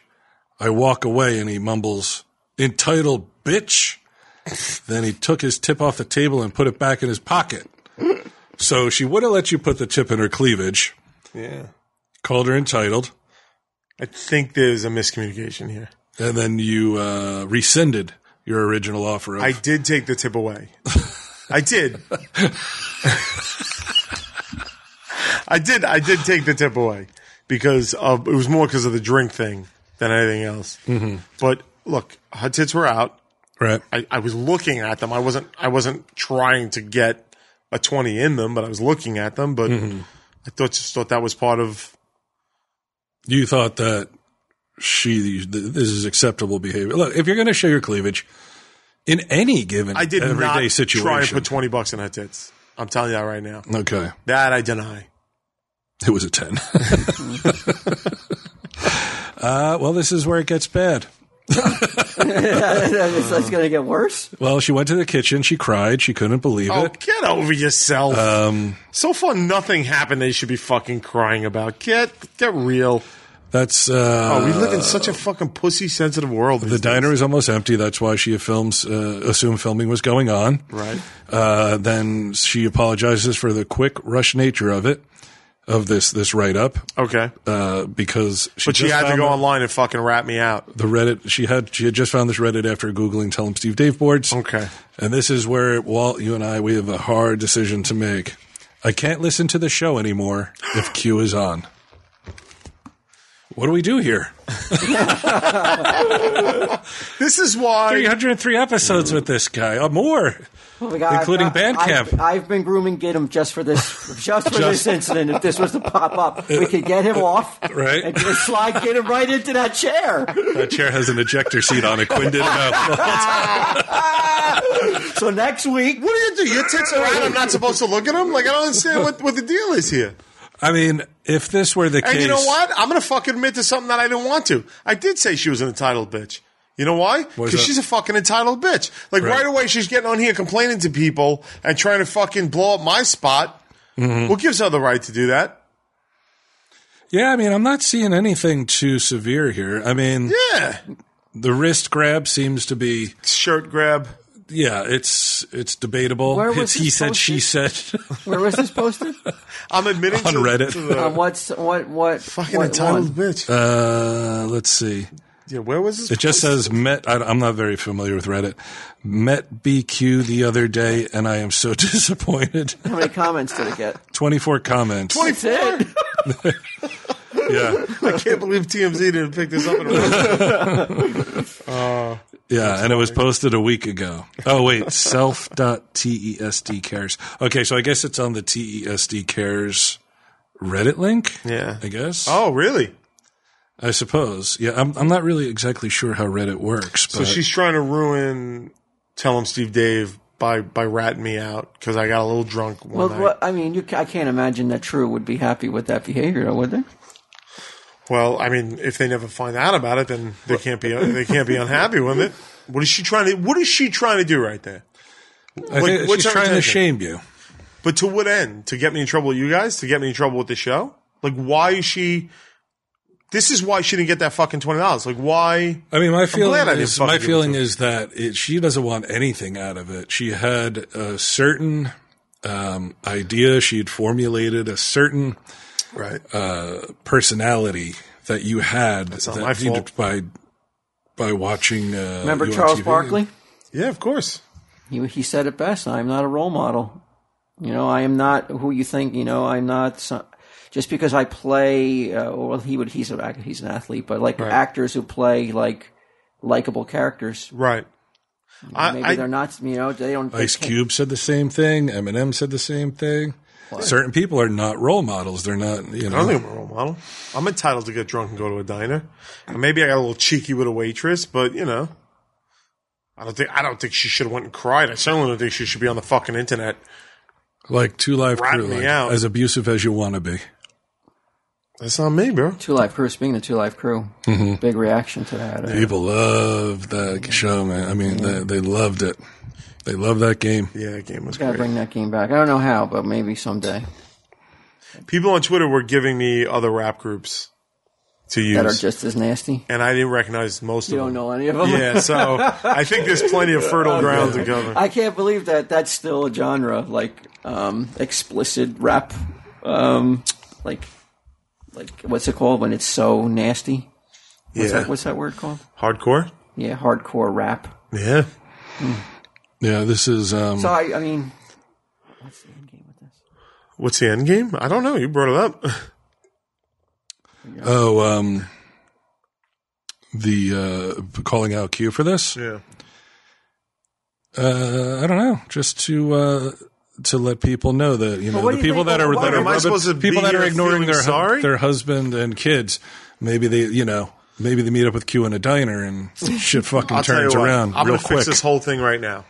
I walk away and he mumbles, entitled bitch. then he took his tip off the table and put it back in his pocket. so she would have let you put the tip in her cleavage,
Yeah.
called her entitled,
I think there's a miscommunication here.
and then you uh, rescinded your original offer of
I did take the tip away. I did. I did. I did take the tip away because of, it was more because of the drink thing than anything else. Mm-hmm. But look, her tits were out.
right.
I, I was looking at them. I wasn't. I wasn't trying to get a twenty in them, but I was looking at them. But
Mm-hmm.
I thought just thought that was part of.
you thought that she th- this is acceptable behavior. Look, if you're going to show your cleavage in any given
I did
everyday
not
situation,
try and put twenty bucks in her tits. I'm telling you that right now.
okay,
That I deny.
it was a ten. uh, well, this is where it gets bad.
that's that's going to get worse.
Well, she went to the kitchen. She cried. She couldn't believe
Oh,
it.
get over yourself.
Um,
so far, nothing happened that you should be fucking crying about. Get get real.
that's uh,
Oh, we live in such a fucking pussy sensitive world.
the diner is almost empty. That's why she films uh, assumed filming was going on.
right?
Uh, then she apologizes for the quick rush nature of it, of this this write up,
Okay,
uh, because she
but she
just
had to
found
go
the-
online and fucking rat me out.
the Reddit. She had she had just found this Reddit after googling "Tell 'em Steve Dave" boards.
Okay.
and this is where Walt, you and I, we have a hard decision to make. I can't listen to the show anymore if Q is on. What do we do here?
This is why.
303 episodes with this guy, or more.
Oh my God,
Including
I've got-
Bandcamp.
I've, I've been grooming Gidim just for this, just for this incident. If this was to pop up, we could get him off,
Right.
And just slide Gidim right into that chair.
That chair has an ejector seat on it. Quinn did about.
So next week,
What do you do? Your tits are out. I'm not supposed to look at them. Like I don't understand what, what the deal is here.
I mean, if this were the
And
case,
you know what? I'm gonna fucking admit to something that I didn't want to. I did say she was an entitled bitch. You know why?
Why's
Because
that?
she's a fucking entitled bitch. Like
Right.
right. away, she's getting on here complaining to people and trying to fucking blow up my spot.
Mm-hmm.
What gives her the right to do that?
Yeah, I mean, I'm not seeing anything too severe here. I mean,
Yeah,
the wrist grab seems to be
shirt grab.
yeah, it's it's debatable.
Where was
it's he
this
said, she said
where was this posted?
I'm admitting
on
to, to
Reddit.
the
Um, what's what what
fucking
what
entitled
one?
bitch.
Uh, let's see.
yeah, where was this?
It just says met. I, I'm not very familiar with Reddit. Met BQ the other day, and I am so disappointed.
How many comments did it get?
24 comments.
That's it.
Yeah,
I can't believe TMZ didn't pick this up. In a
yeah, and it was posted a week ago. Oh wait, self.tesd E cares. Okay, so I guess it's on the TESD cares Reddit link.
Yeah.
I guess.
oh, really?
I suppose. Yeah, I'm. I'm not really exactly sure how Reddit works, but
So she's trying to ruin. Tell him Steve Dave by by ratting me out because I got a little drunk one
Well,
night.
what, I mean, you, ca- I can't imagine that True would be happy with that behavior, would they?
Uh,
Well, I mean, if they never find out about it, then they can't be they can't be unhappy with it. What is she trying to What is she trying to do right there?
I think
what's
she's
her
trying to
intention?
shame you.
But to what end? To get me in trouble with you guys? To get me in trouble with the show? Like, why is she? This is why she didn't get that fucking twenty dollars. Like, why?
I mean, my feeling
glad I didn't
is
fucking
my
give it
feeling
to her.
is that it, she doesn't want anything out of it. She had a certain um, idea. She had formulated a certain
Right.
personality that you had
not
that
my
you
fault.
by by watching. Uh,
Remember
you on
Charles
TV.
Barkley?
yeah, of course.
He he said it best. I am not a role model. You know, I am not who you think. You know, I'm not. Some, just because I play, uh, well, he would. He's an act- he's an athlete, but like actors who play like likable characters,
Right.
maybe
I,
they're
I
not. You know, they don't. they
Ice
can't-
Cube said the same thing. Eminem said the same thing. Certain people are not role models. They're not. You
I don't
know.
think I'm a role model. I'm entitled to get drunk and go to a diner. And maybe I got a little cheeky with a waitress, but you know, I don't think I don't think she should have went and cried. I certainly don't think she should be on the fucking internet.
Like two live
Rat
crew,
me
like,
out.
as abusive as you want to be.
That's not me, bro.
Two Live Crew. Speaking of Two Live Crew, big reaction to that. uh,
People love that show, man. I mean, they, they loved it. They love that game.
Yeah, that game was
Gotta
great.
bring that game back. I don't know how, but maybe someday.
People on Twitter were giving me other rap groups to
That are
use,
just as nasty.
and I didn't recognize most
You
of
don't
them.
know any of them.
Yeah, so I think there's plenty of fertile ground to cover.
I can't believe that that's still a genre, like um, explicit rap, um, like like what's it called when it's so nasty? What's,
Yeah.
that, what's that word called?
Hardcore?
Yeah, hardcore rap.
Yeah.
Yeah, this is um,
So I, I mean, what's the end game with this?
What's the end game? I don't know. You brought it up.
oh um, the uh, calling out Q for this.
Yeah.
Uh, I don't know, just to uh, to let people know that you know
what
the
do you
people
think-
that are
why
that are
am I
the
supposed to
people
be
that are
here
ignoring
feeling
their hu-
sorry?
their husband and kids. Maybe they you know maybe they meet up with Q in a diner and shit fucking
I'll tell you
turns
what.
around
I'm
real
going to
quick.
fix this whole thing right now.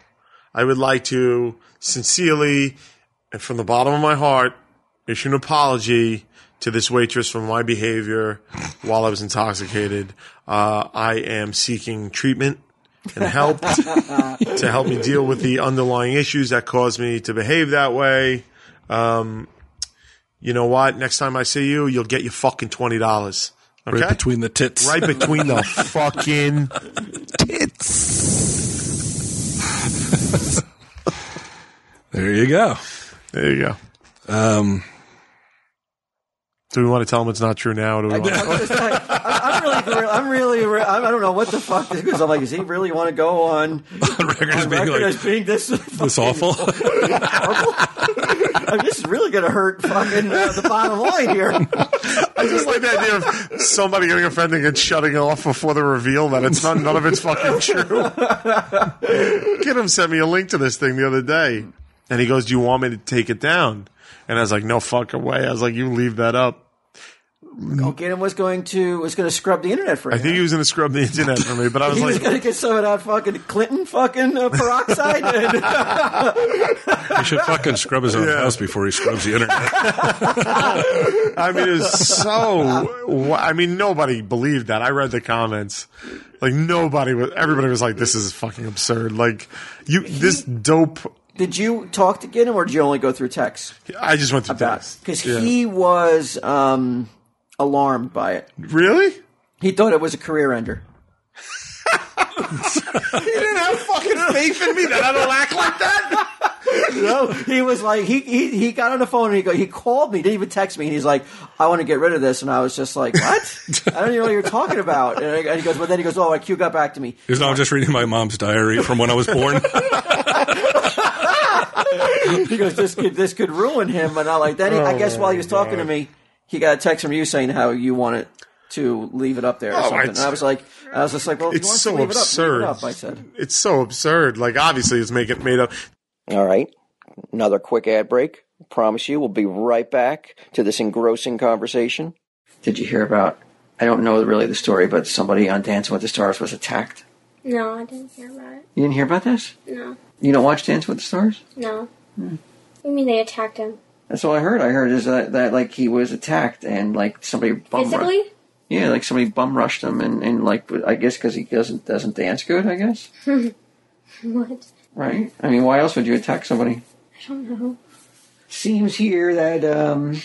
I would like to sincerely and from the bottom of my heart issue an apology to this waitress for my behavior while I was intoxicated. Uh, I am seeking treatment and help to help me deal with the underlying issues that caused me to behave that way. Um, you know what? Next time I see you, you'll get your fucking twenty dollars. Okay,
Right between the tits.
right between the fucking
There you go.
There you go.
Um,
Do we want to tell them it's not true now? Or do we want
I was just like, I- I'm really, I'm really, re- I don't know what the fuck this because I'm like, does he really want to go on
record is
on
being
record
like
as being this
this awful.
horrible? I mean, this is really going to hurt fucking uh, the bottom line here.
I just like the idea of somebody getting offended and shutting it off before the reveal that it's not none of it's fucking true. Kidham sent me a link to this thing the other day, and he goes, "Do you want me to take it down?" And I was like, "No fucking way." I was like, "You leave that up."
Gannon was going to was going to scrub the internet for
I
him.
think he was going to scrub the internet for me, but I was
he was
like,
going to get some of that fucking Clinton fucking uh, peroxide. And
he should fucking scrub his own
Yeah.
house before he scrubs the internet.
I mean, it was so. wha- I mean, nobody believed that. I read the comments. Like nobody was. Everybody was like, "This is fucking absurd." Like you, this dope.
did you talk to Gannon or did you only go through text?
I just went to text.
Because he was um, alarmed by it.
Really?
He thought it was a career ender.
You didn't have fucking faith in me that I don't act like that.
No, he was like he, he he got on the phone and he go he called me, didn't even text me, and he's like, I want to get rid of this, and I was just like, what? I don't even know what you're talking about. And, I, and he goes, well, then he goes, oh, IQ got back to me.
He's not just reading my mom's diary from when I was born.
He goes, this could this could ruin him, and I like then he, I guess
Oh,
while he was talking to me, he got a text from you saying how you wanted to leave it up there or something,
Oh, it's-
and I was like, I was just like, well, if you
It's
want
so
to leave
absurd.
It up, leave it up, I said.
It's so absurd. Like obviously, it's making made up.
All right. Another quick ad break. Promise you, we'll be right back to this engrossing conversation.
Did you hear about? I don't know really the story, but somebody on Dancing with the Stars was attacked.
No, I didn't hear about
You didn't hear about this?
it. No,
You don't watch Dancing with the Stars?
no.
Hmm.
You mean they attacked him
That's all I heard. I heard is that, that like he was attacked and like somebody bum
physically?
Rushed, yeah, like somebody bum rushed him and, and like I guess because he doesn't doesn't dance good. I guess
What?
right. I mean, why else would you attack somebody?
I don't know.
Seems here that um,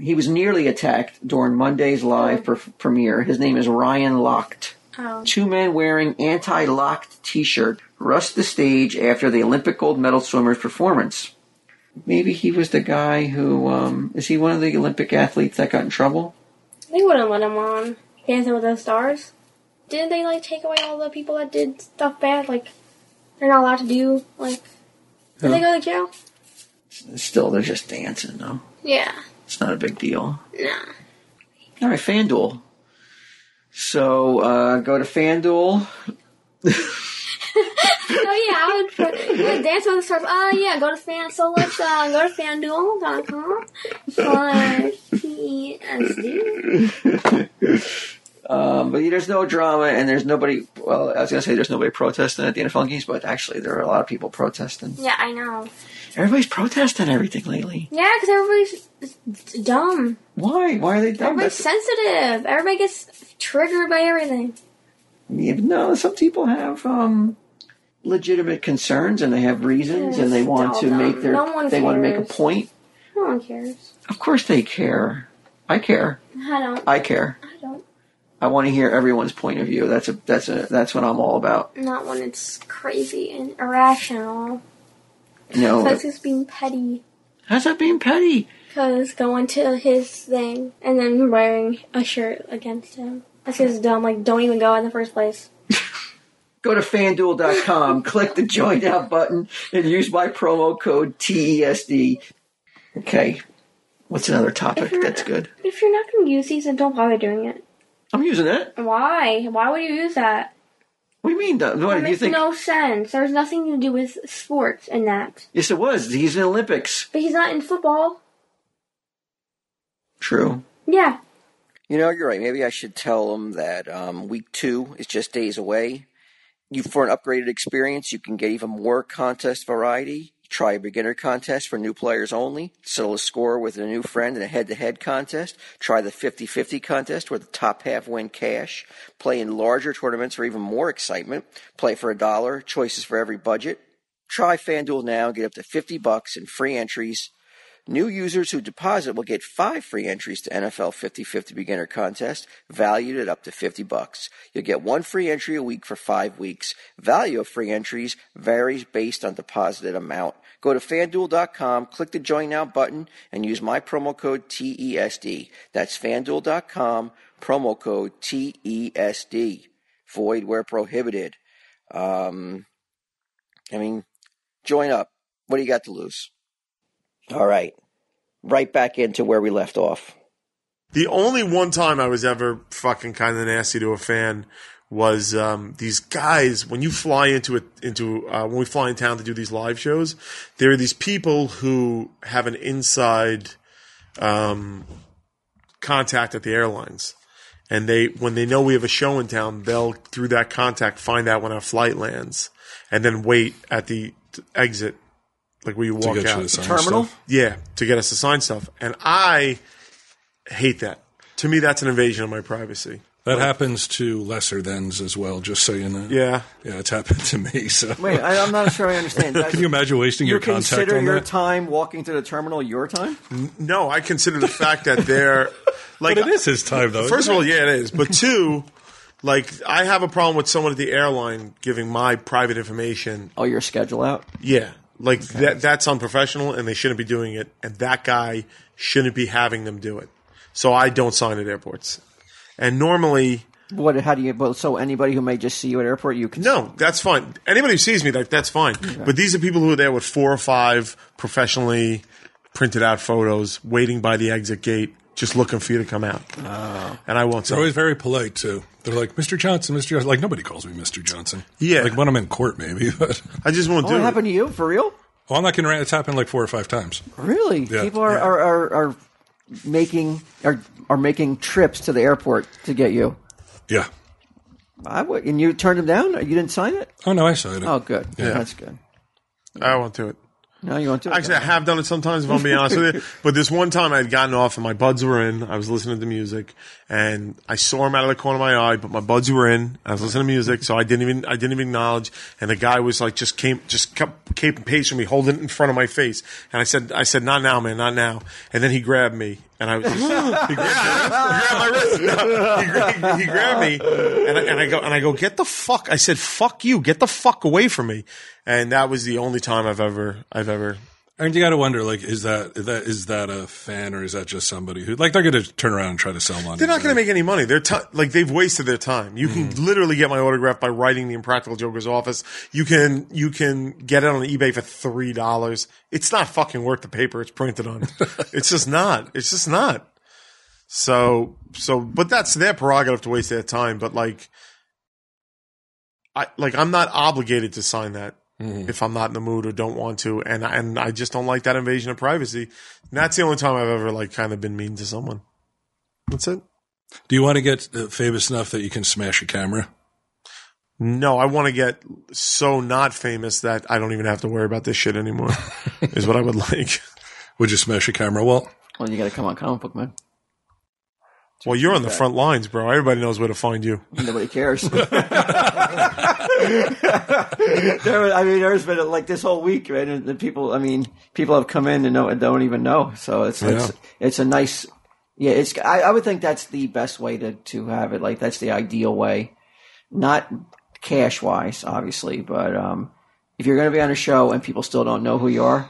he was nearly attacked during Monday's live pre- premiere. His name is Ryan Lochte.
Oh,
Two men wearing anti-locked T-shirt rushed the stage after the Olympic gold medal swimmer's performance. Maybe he was the guy who um, is he one of the Olympic athletes that got in trouble?
they wouldn't let him on Dancing with the Stars. Didn't they like take away all the people that did stuff bad? Like they're not allowed to do like. Did they go to jail?
still they're just dancing though.
Yeah.
It's not a big deal.
Nah.
All right, FanDuel. So uh, go to FanDuel.
Oh yeah, I would put, like Dance with the Stars. Oh yeah, go to fan. So let's uh, go to FanDuel.com slash E PSD.
Um, but there's no drama and there's nobody. Well, I was gonna say there's nobody protesting at the NFL games, but actually there are a lot of people protesting.
Yeah, I know.
Everybody's protesting everything lately.
Yeah, because everybody's it's dumb.
Why? Why are they dumb?
Everybody's
That's-
sensitive. Everybody gets triggered by everything.
yeah, no, some people have um, legitimate concerns and they have reasons and they want to
Stop.
make their
No one
they want to make a
cares.
point.
No one cares.
Of course they care. I care.
I don't.
I care.
I don't.
I want to hear everyone's point of view. That's a that's a that's what I'm all about.
Not when it's crazy and irrational.
You know,
Because he's being petty.
how's that being petty?
Because going to his thing and then wearing a shirt against him. That's just dumb. Like, don't even go in the first place.
Go to fanduel.com, click the join now button, and use my promo code TESD. Okay. What's another topic that's good?
If you're not going to use these, then don't bother doing it.
I'm using it.
Why? Why would you use that?
What do you mean? Don? What
It
do you
makes
think?
no sense. There's nothing to do with sports in that.
Yes, it was. He's in the Olympics.
But he's not in football.
True.
Yeah.
You know, you're right. Maybe I should tell them that um, week two is just days away. You for an upgraded experience, you can get even more contest variety. Try a beginner contest for new players only. Settle a score with a new friend in a head-to-head contest. Try the 50-50 contest where the top half win cash. Play in larger tournaments for even more excitement. Play for a dollar. Choices for every budget. Try FanDuel now and get up to 50 bucks in free entries New users who deposit will get five free entries to NFL 50-50 Beginner Contest, valued at up to 50 bucks. You'll get one free entry a week for five weeks. Value of free entries varies based on deposited amount. Go to fanduel.com, click the join now button, and use my promo code TESD. That's fanduel.com, promo code TESD. Void where prohibited. Um, I mean, join up. What do you got to lose? All right. Right back into where we left off.
The only one time I was ever fucking kind of nasty to a fan was um, these guys. When you fly into it, into uh, when we fly in town to do these live shows, there are these people who have an inside um, contact at the airlines, and they when they know we have a show in town, they'll through that contact find out when our flight lands, and then wait at the t- exit, like where you
to
walk
get
out.
you to sign
Terminal?
stuff.
Yeah, to get us to sign stuff. And I hate that. To me, that's an invasion of my privacy.
That happens to lesser thans as well. Just so you know.
Yeah.
Yeah, it's happened to me. So
Wait, I, I'm not sure I understand.
can you imagine wasting
You
your contact
consider
on
your
that?
time walking through the terminal your time?
No, I consider the fact that they're like.
but it is his time though.
First
isn't
of all,
it?
yeah, it is. But two, like I have a problem with someone at the airline giving my private information.
all Oh, your schedule out.
Yeah, like that. That's unprofessional, and they shouldn't be doing it. And that guy shouldn't be having them do it. So I don't sign at airports. And normally,
What? How do you? Well, so anybody who may just see you at airport, you can.
No, that's fine. Anybody who sees me, like that's fine. But these are people who are there with four or five professionally printed out photos, waiting by the exit gate, just looking for you to come out.
Oh.
And I won't
They're
say.
always very polite too. They're like Mr. Johnson, Mr. Johnson. Like nobody calls me Mr. Johnson.
Yeah.
like when I'm in court, maybe. But
I just won't
Oh,
do
it
it.
happened to you for real?
well, I'm not going to rant. It's happened like four or five times.
Really?
Yeah.
People are, are, are, are making are are making trips to the airport to get you.
Yeah.
I would, and you turned them down. You didn't sign it.
Oh no, I saw it.
Oh, good. That's good.
I won't do it.
Now you want to?
Actually, I have done it sometimes, if I'm being honest with you. But this one time I had gotten off and my buds were in. I was listening to music and I saw him out of the corner of my eye, but my buds were in. I was listening to music, so I didn't even, I didn't even acknowledge. And the guy was like, just came, just kept, kept and pacing me, holding it in front of my face. And I said, I said, not now, man, not now. And then he grabbed me and I was just, he grabbed, he grabbed my wrist. No, he, gra- he grabbed me and I, and I go, and I go, get the fuck. I said, fuck you, get the fuck away from me. And that was the only time I've ever, I've ever
And you got to wonder, like, is that that is that a fan or is that just somebody who, like, they're going to turn around and try to sell on?
They're not going to make any money. They're ti like they've wasted their time. You can literally get my autograph by writing the Impractical Joker's office. You can you can get it on eBay for three dollars. It's not fucking worth the paper it's printed on. it's just not. It's just not. So so, but that's their prerogative to waste their time. But like, I like I'm not obligated to sign that if I'm not in the mood or don't want to, and and I just don't like that invasion of privacy. And that's the only time I've ever like kind of been mean to someone. That's it.
Do you want to get uh, famous enough that you can smash a camera?
No, I want to get so not famous that I don't even have to worry about this shit anymore. is what I would like.
Would you smash a camera? Well,
Well, you got to come on comic book man.
Well, you're on the front lines, bro. Everybody knows where to find you.
Nobody cares. there, was- I mean, there's been like this whole week, right? And the people, I mean, people have come in and don't, and don't even know. So it's it's, it's a nice, yeah. It's I, I would think that's the best way to to have it. Like that's the ideal way, not cash wise, obviously, but um, if you're going to be on a show and people still don't know who you are,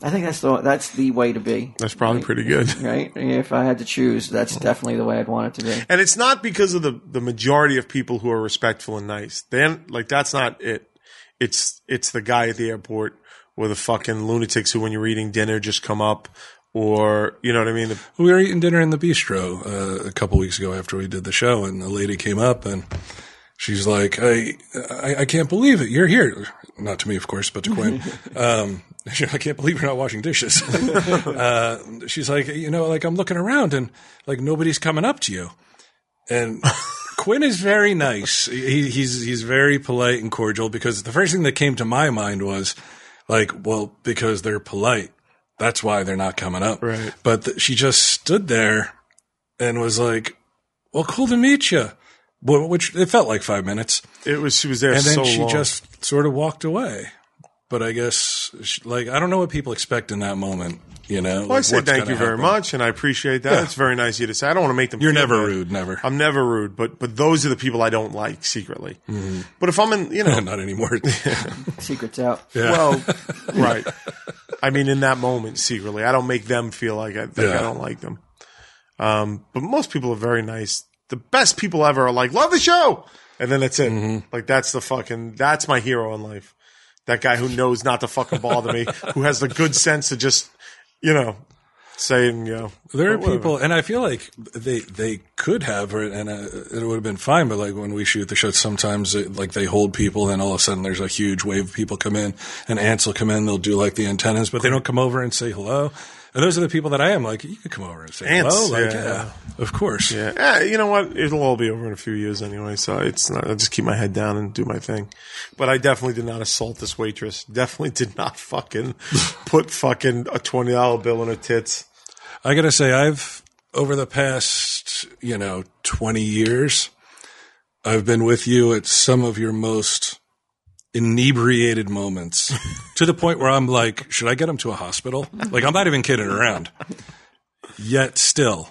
I think that's the that's the way to be.
That's probably pretty good.
Right? If I had to choose, that's definitely the way I'd want it to be.
And it's not because of the, the majority of people who are respectful and nice. Then like that's not it. It's it's the guy at the airport or the fucking lunatics who when you're eating dinner just come up or you know what I mean? The,
We were eating dinner in the bistro uh, a couple weeks ago after we did the show, and a lady came up and she's like, "I, I, I can't believe it. You're here." Not to me, of course, but to Quinn. um, she- I can't believe you're not washing dishes. uh, she's like, you know, like I'm looking around and like nobody's coming up to you, and. Quinn is very nice. He, he's he's very polite and cordial because the first thing that came to my mind was like, well, because they're polite, that's why they're not coming up.
Right.
But th- she just stood there and was like, "Well, cool to meet you," which it felt like five minutes,
it was she was there
and then
so
she
long.
just sort of walked away. But I guess, she, like, I don't know what people expect in that moment. You know,
well, I
Like,
say
what's
thank
gonna
you very
happen.
much and I appreciate that. It's very nice of you to say. I don't want to make them
You're
feel
never
bad.
rude, never.
I'm never rude, but but those are the people I don't like secretly. But if I'm in, you know,
Not anymore.
Secrets out.
Well, right. I mean, in that moment, secretly, I don't make them feel like I, think I
Yeah.
don't like them. Um, but most people are very nice. The best people ever are like, love the show. And then that's it. Like, that's the fucking, that's my hero in life. That guy who knows not to fucking bother me, who has the good sense to just, you know, say and go.
There are
But whatever.
people, and I feel like they they could have, or, and uh, it would have been fine. But like when we shoot the show, sometimes it, like they hold people, and all of a sudden there's a huge wave of people come in, and ants will come in. They'll do like the antennas, but they don't come over and say hello. And those are the people that I am like, you could come over and say
Ants,
hello, like
yeah.
yeah, of course.
Yeah. Eh, you know what? It'll all be over in a few years anyway, so it's not. I'll just keep my head down and do my thing. But I definitely did not assault this waitress. Definitely did not fucking put fucking a twenty dollar bill in her tits.
I gotta say, I've over the past you know twenty years, I've been with you at some of your most inebriated moments to the point where I'm like, should I get him to a hospital? Like I'm not even kidding around. Yet still,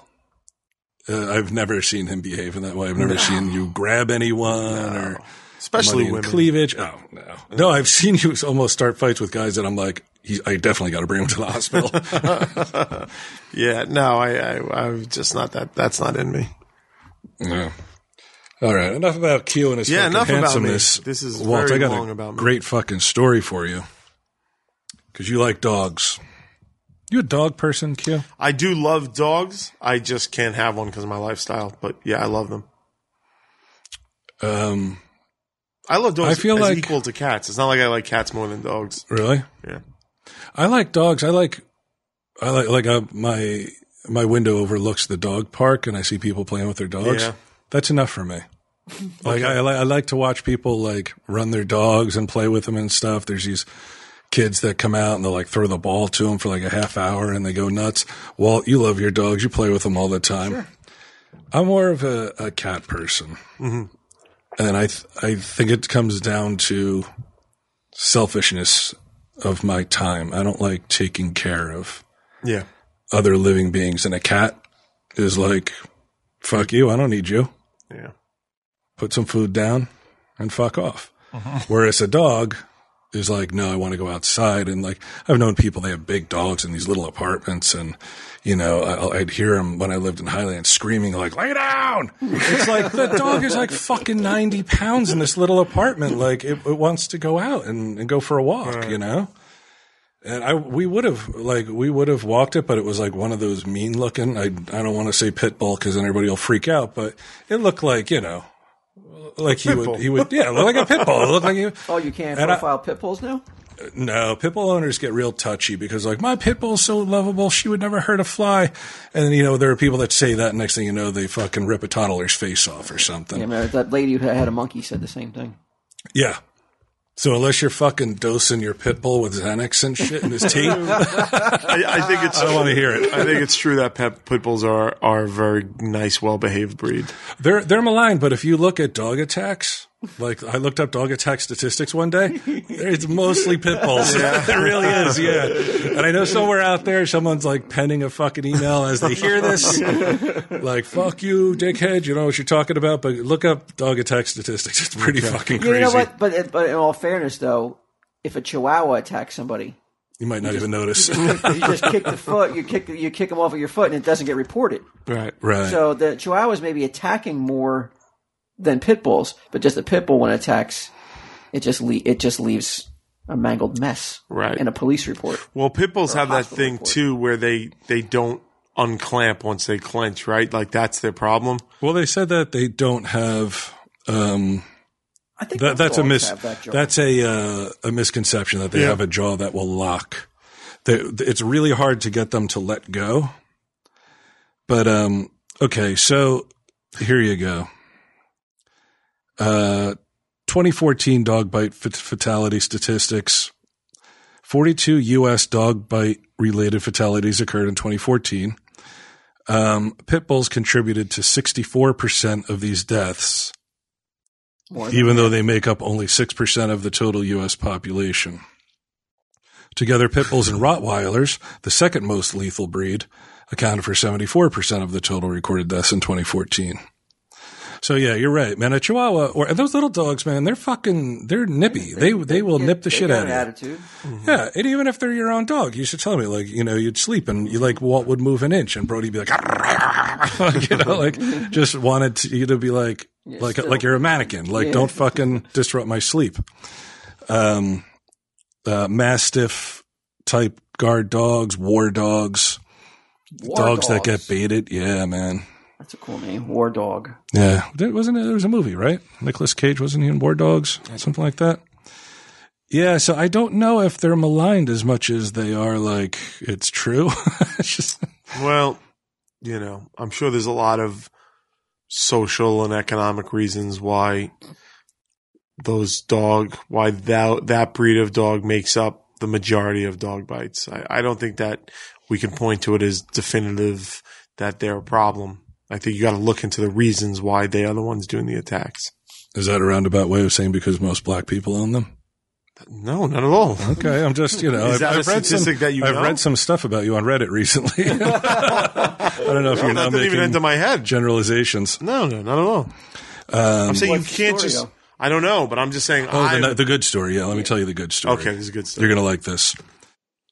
uh, I've never seen him behave in that way. I've never seen you grab anyone or
Especially
money and
women.
cleavage. Oh no, no, I've seen you almost start fights with guys that I'm like. He, I definitely got to bring him to the hospital.
yeah. No, I, I I'm just not that. That's not in me.
Yeah. All right. Enough about Q and his
Yeah,
fucking
enough about me.
handsomeness.
This is
Walt.
very
I got
long
a
about me.
great fucking story for you because you like dogs. You a dog person, Q?
I do love dogs. I just can't have one because of my lifestyle. But yeah, I love them.
Um,
I love dogs.
I feel
as
like-
equal to cats. It's not like I like cats more than dogs.
really?
Yeah.
I like dogs. I like, I like, like uh, my my window overlooks the dog park, and I see people playing with their dogs.
Yeah.
That's enough for me. Like I, I, li- I like to watch people like run their dogs and play with them and stuff. There's these kids that come out and they'll like throw the ball to them for like a half hour and they go nuts. Walt, you love your dogs. You play with them all the time. I'm more of a, a cat person. And I, th- I think it comes down to selfishness of my time. I don't like taking care of
Yeah.
other living beings. And a cat is like, fuck you. I don't need you
Yeah.
put some food down and fuck off. Whereas a dog is like, no, I want to go outside. And like, I've known people, they have big dogs in these little apartments. And, you know, I, I'd hear them when I lived in Highland screaming, like, lay down. It's like the dog is like fucking 90 pounds in this little apartment. Like, it, it wants to go out and, and go for a walk, you know? And I, we would have like we would have walked it, but it was like one of those mean looking. I I don't want to say pit bull because then everybody will freak out, but it looked like you know, like he would he would yeah, look like a pit bull. It looked like he.
Oh, you can't
And I-
profile pit bulls now?
No, pit bull owners get real touchy because like my pit bull's so lovable, she would never hurt a fly. And you know there are people that say that. and Next thing you know, they fucking rip a toddler's face off or something.
Yeah, I mean, that lady who had a monkey said the same thing.
Yeah. So unless you're fucking dosing your pit bull with Xanax and shit in his tea, I
I, I think it's.
don't want to hear it.
I think it's true that pet pit bulls are are a very nice, well behaved breed.
They're they're maligned, but if you look at dog attacks, like I looked up dog attack statistics one day, it's mostly pit bulls. it really is, yeah. And I know somewhere out there, someone's like penning a fucking email as they hear this, like "fuck you, dickhead." You know what you're talking about, but look up dog attack statistics. It's pretty fucking
You
crazy.
know what? But but in all fairness, though, if a Chihuahua attacks somebody,
You might not even notice.
you just kick the foot. You kick you kick them off with your foot, and it doesn't get reported.
Right.
right.
So the Chihuahuas may be attacking more than pit bulls, but just the pit bull when it attacks, it just le- it just leaves a mangled mess
Right.
in a police report.
Well, pit bulls have that
hospital
thing
report.
too, where they they don't unclamp once they clench. Right. Like that's their problem.
Well, they said that they don't have. Um,
I think
that,
most
that's a
dogs
mis.
have that job.
that's a uh, a misconception that they have a jaw that will lock. They, it's really hard to get them to let go. But um, okay, so here you go. Uh, 2014 dog bite fa- fatality statistics. 42 U.S. dog bite related fatalities occurred in 2014. Um, pit bulls contributed to 64% of these deaths,
More than-
even though they make up only 6% of the total U.S. population. Together, pit bulls and Rottweilers, the second most lethal breed, accounted for 74% of the total recorded deaths in 2014. So yeah, you're right, man. A Chihuahua or and those little dogs, man, they're fucking, they're nippy. They they, will
Yeah,
nip the
they
shit
got
out
an
of you.
attitude.
Yeah, and even if they're your own dog, you should tell me like you know you'd sleep and you like Walt would move an inch and Brody'd be like, like, you know, like just wanted to, you to be like like
still.
like you're a mannequin, like don't fucking disrupt my sleep. Um, uh, mastiff type guard dogs, war dogs,
War
dogs, that
dogs.
get baited. Yeah, man.
That's a cool name, war dog.
Yeah, There- wasn't it? There was a movie, right? Nicholas Cage wasn't he in War Dogs, something like that. Yeah, so I don't know if they're maligned as much as they are like it's true. it's just,
Well, you know, I'm sure there's a lot of social and economic reasons why those dog, why that that breed of dog makes up the majority of dog bites. I, I don't think that we can point to it as definitive that they're a problem. I think you got to look into the reasons why they are the ones doing the attacks.
is that a roundabout way of saying because most black people own them?
No, not at all.
Okay, I'm just you know
Is
I've,
that a
I've read some
statistic that you
I've
know?
read some stuff about you on Reddit recently. I don't know if you're
That
not
didn't even enter
making
my head.
generalizations. Um,
No, no, not at all. I'm saying you can't
story,
just.
though?
I don't know, but I'm just saying.
Oh,
I,
the, the good story. Yeah, let me tell you the good story.
okay, this is good stuff.
you're gonna like this.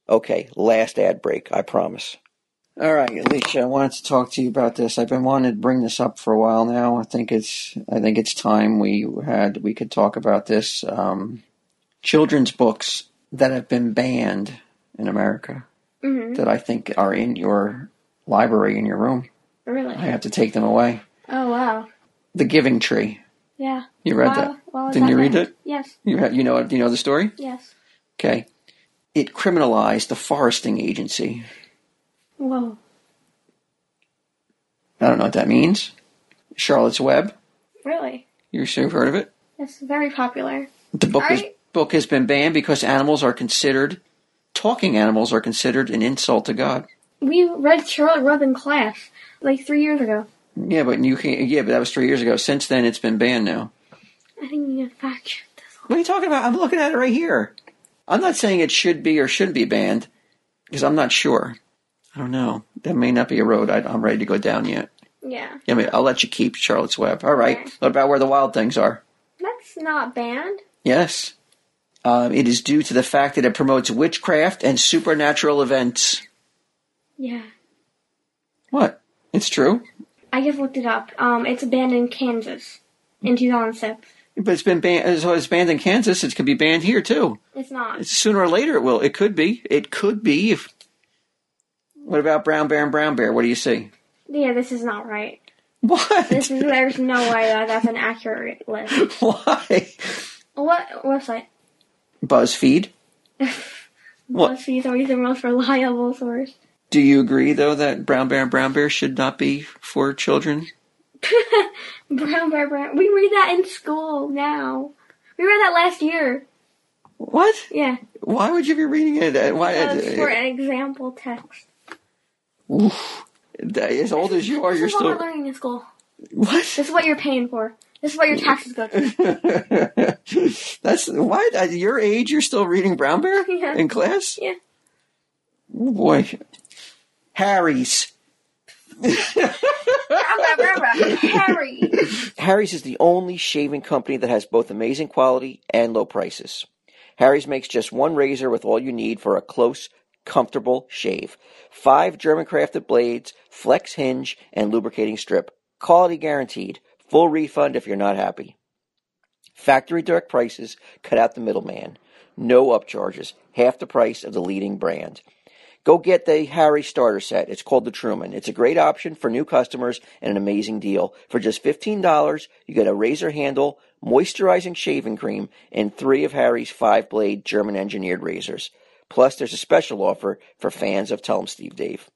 Okay, last ad break, I promise.
All right, Alicia, I wanted to talk to you about this. I've been wanting to bring this up for a while now. I think it's I think it's time we had we could talk about this. Um, children's books that have been banned in America
Mm-hmm.
that I think are in your library in your room.
Really?
I have to take them away.
Oh wow.
The Giving Tree.
Yeah.
You read
Why-
that?
why was
Didn't you read
banned?
it?
Yes.
You ha- you know it- you know the story?
Yes.
Okay. It criminalized the foresting agency.
Whoa.
I don't know what that means. Charlotte's Web.
Really?
You sure you've heard of it?
That's very popular.
The book is,
I-
book has been banned because animals are considered talking animals are considered an insult to God.
We read Charlotte Rubb in class like three years ago.
Yeah, but you can yeah, but that was three years ago. Since then, it's been banned now.
I think you need to fact check this.
What are you talking about? I'm looking at it right here. I'm not saying it should be or shouldn't be banned because I'm not sure. I don't know. That may not be a road I, I'm ready to go down yet.
Yeah.
I mean, I'll let you keep Charlotte's Web. All right.
Okay.
What about where the wild things are?
That's not banned.
Yes. Um, it is due to the fact that it promotes witchcraft and supernatural events.
Yeah.
What? It's true.
I just looked it up. Um, it's banned in Kansas in 2006.
But it's been banned. So it's banned in Kansas. It could be banned here too.
It's not.
Sooner or later, it will. It could be. It could be. If what about brown bear and brown bear? What do you see?
Yeah, this is not right.
What?
This is, there's no way that that's an accurate list.
Why?
What website?
BuzzFeed. What?
BuzzFeed's always the most reliable source.
Do you agree though that brown bear and brown bear should not be for children?
Brown Bear Brown. We read that in school now. We read that last year.
What?
Yeah.
Why would you be reading it? Why?
Uh, for an example text.
uh,
as old as
Oh,
you are,
This
you're
is what we're
still
learning in school.
what?
This is what you're paying for. This is what your taxes go to.
That's why at your age you're still reading Brown Bear
Yeah.
in class.
Yeah.
Oh boy,
Harry's.
Harry.
Harry's is the only shaving company that has both amazing quality and low prices. Harry's makes just one razor with all you need for a close, comfortable shave. Five German crafted blades, flex hinge, and lubricating strip. Quality guaranteed. Full refund if you're not happy. Factory direct prices cut out the middleman. No upcharges. Half the price of the leading brand. Go get the Harry starter set. It's called the Truman. It's a great option for new customers and an amazing deal. For just $15, you get a razor handle, moisturizing shaving cream, and three of Harry's five blade German engineered razors. Plus, there's a special offer for fans of Tell 'em Steve Dave.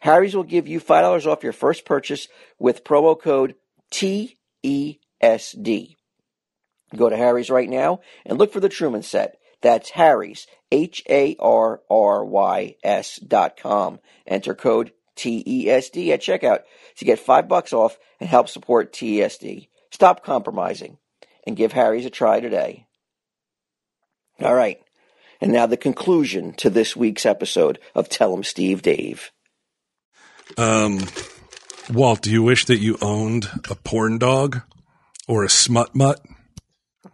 Harry's will give you $5 off your first purchase with promo code E TESD. Go to Harry's right now and look for the Truman Set. That's Harry's, H A R R Y S dot com. Enter code TESD at checkout to get five bucks off and help support TESD. Stop compromising and give Harry's a try today. All right. And now the conclusion to this week's episode of Tell 'em Steve Dave.
Um, Walt, do you wish that you owned a porn dog or a smut mutt?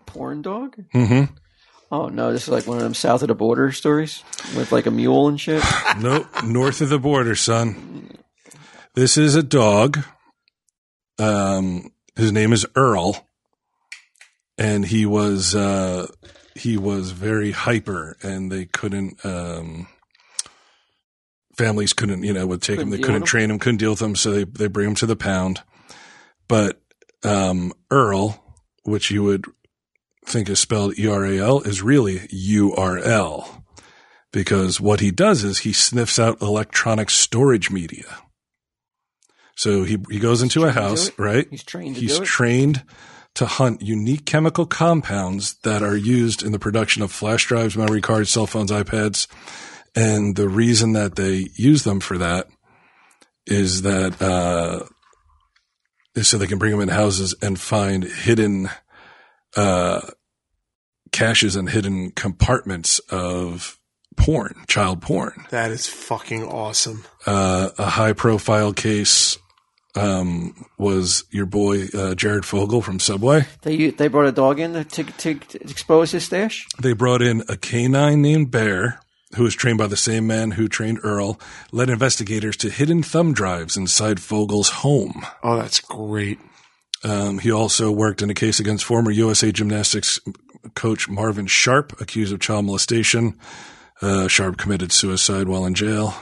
porn dog.
Mm-hmm.
Oh no, this is like one of them south of the border stories with like a mule and shit.
nope. North of the border, son. This is a dog. Um, his name is Earl, and he was uh, he was very hyper, and they couldn't. Um, families couldn't, you know, would take
Couldn't
him. They
deal
couldn't
with him.
train him, couldn't deal with him, so they they bring him to the pound. But um, Earl, which you would think is spelled E R A L, is really U R L because what he does is he sniffs out electronic storage media. So he, he goes into a
trained to
house,
do it.
right?
He's trained to
He's
do it.
trained to hunt unique chemical compounds that are used in the production of flash drives, memory cards, cell phones, iPads. And the reason that they use them for that is that, uh, is so they can bring them in houses and find hidden, uh, caches and hidden compartments of porn, child porn.
That is fucking awesome.
Uh, a high profile case um, was your boy uh, Jared Fogle from Subway.
They they brought a dog in to, to, to expose his stash.
They brought in a canine named Bear, who was trained by the same man who trained Earl, led investigators to hidden thumb drives inside Fogel's home.
Oh, that's great.
Um, he also worked in a case against former USA Gymnastics coach Marvin Sharp, accused of child molestation. Uh, Sharp committed suicide while in jail.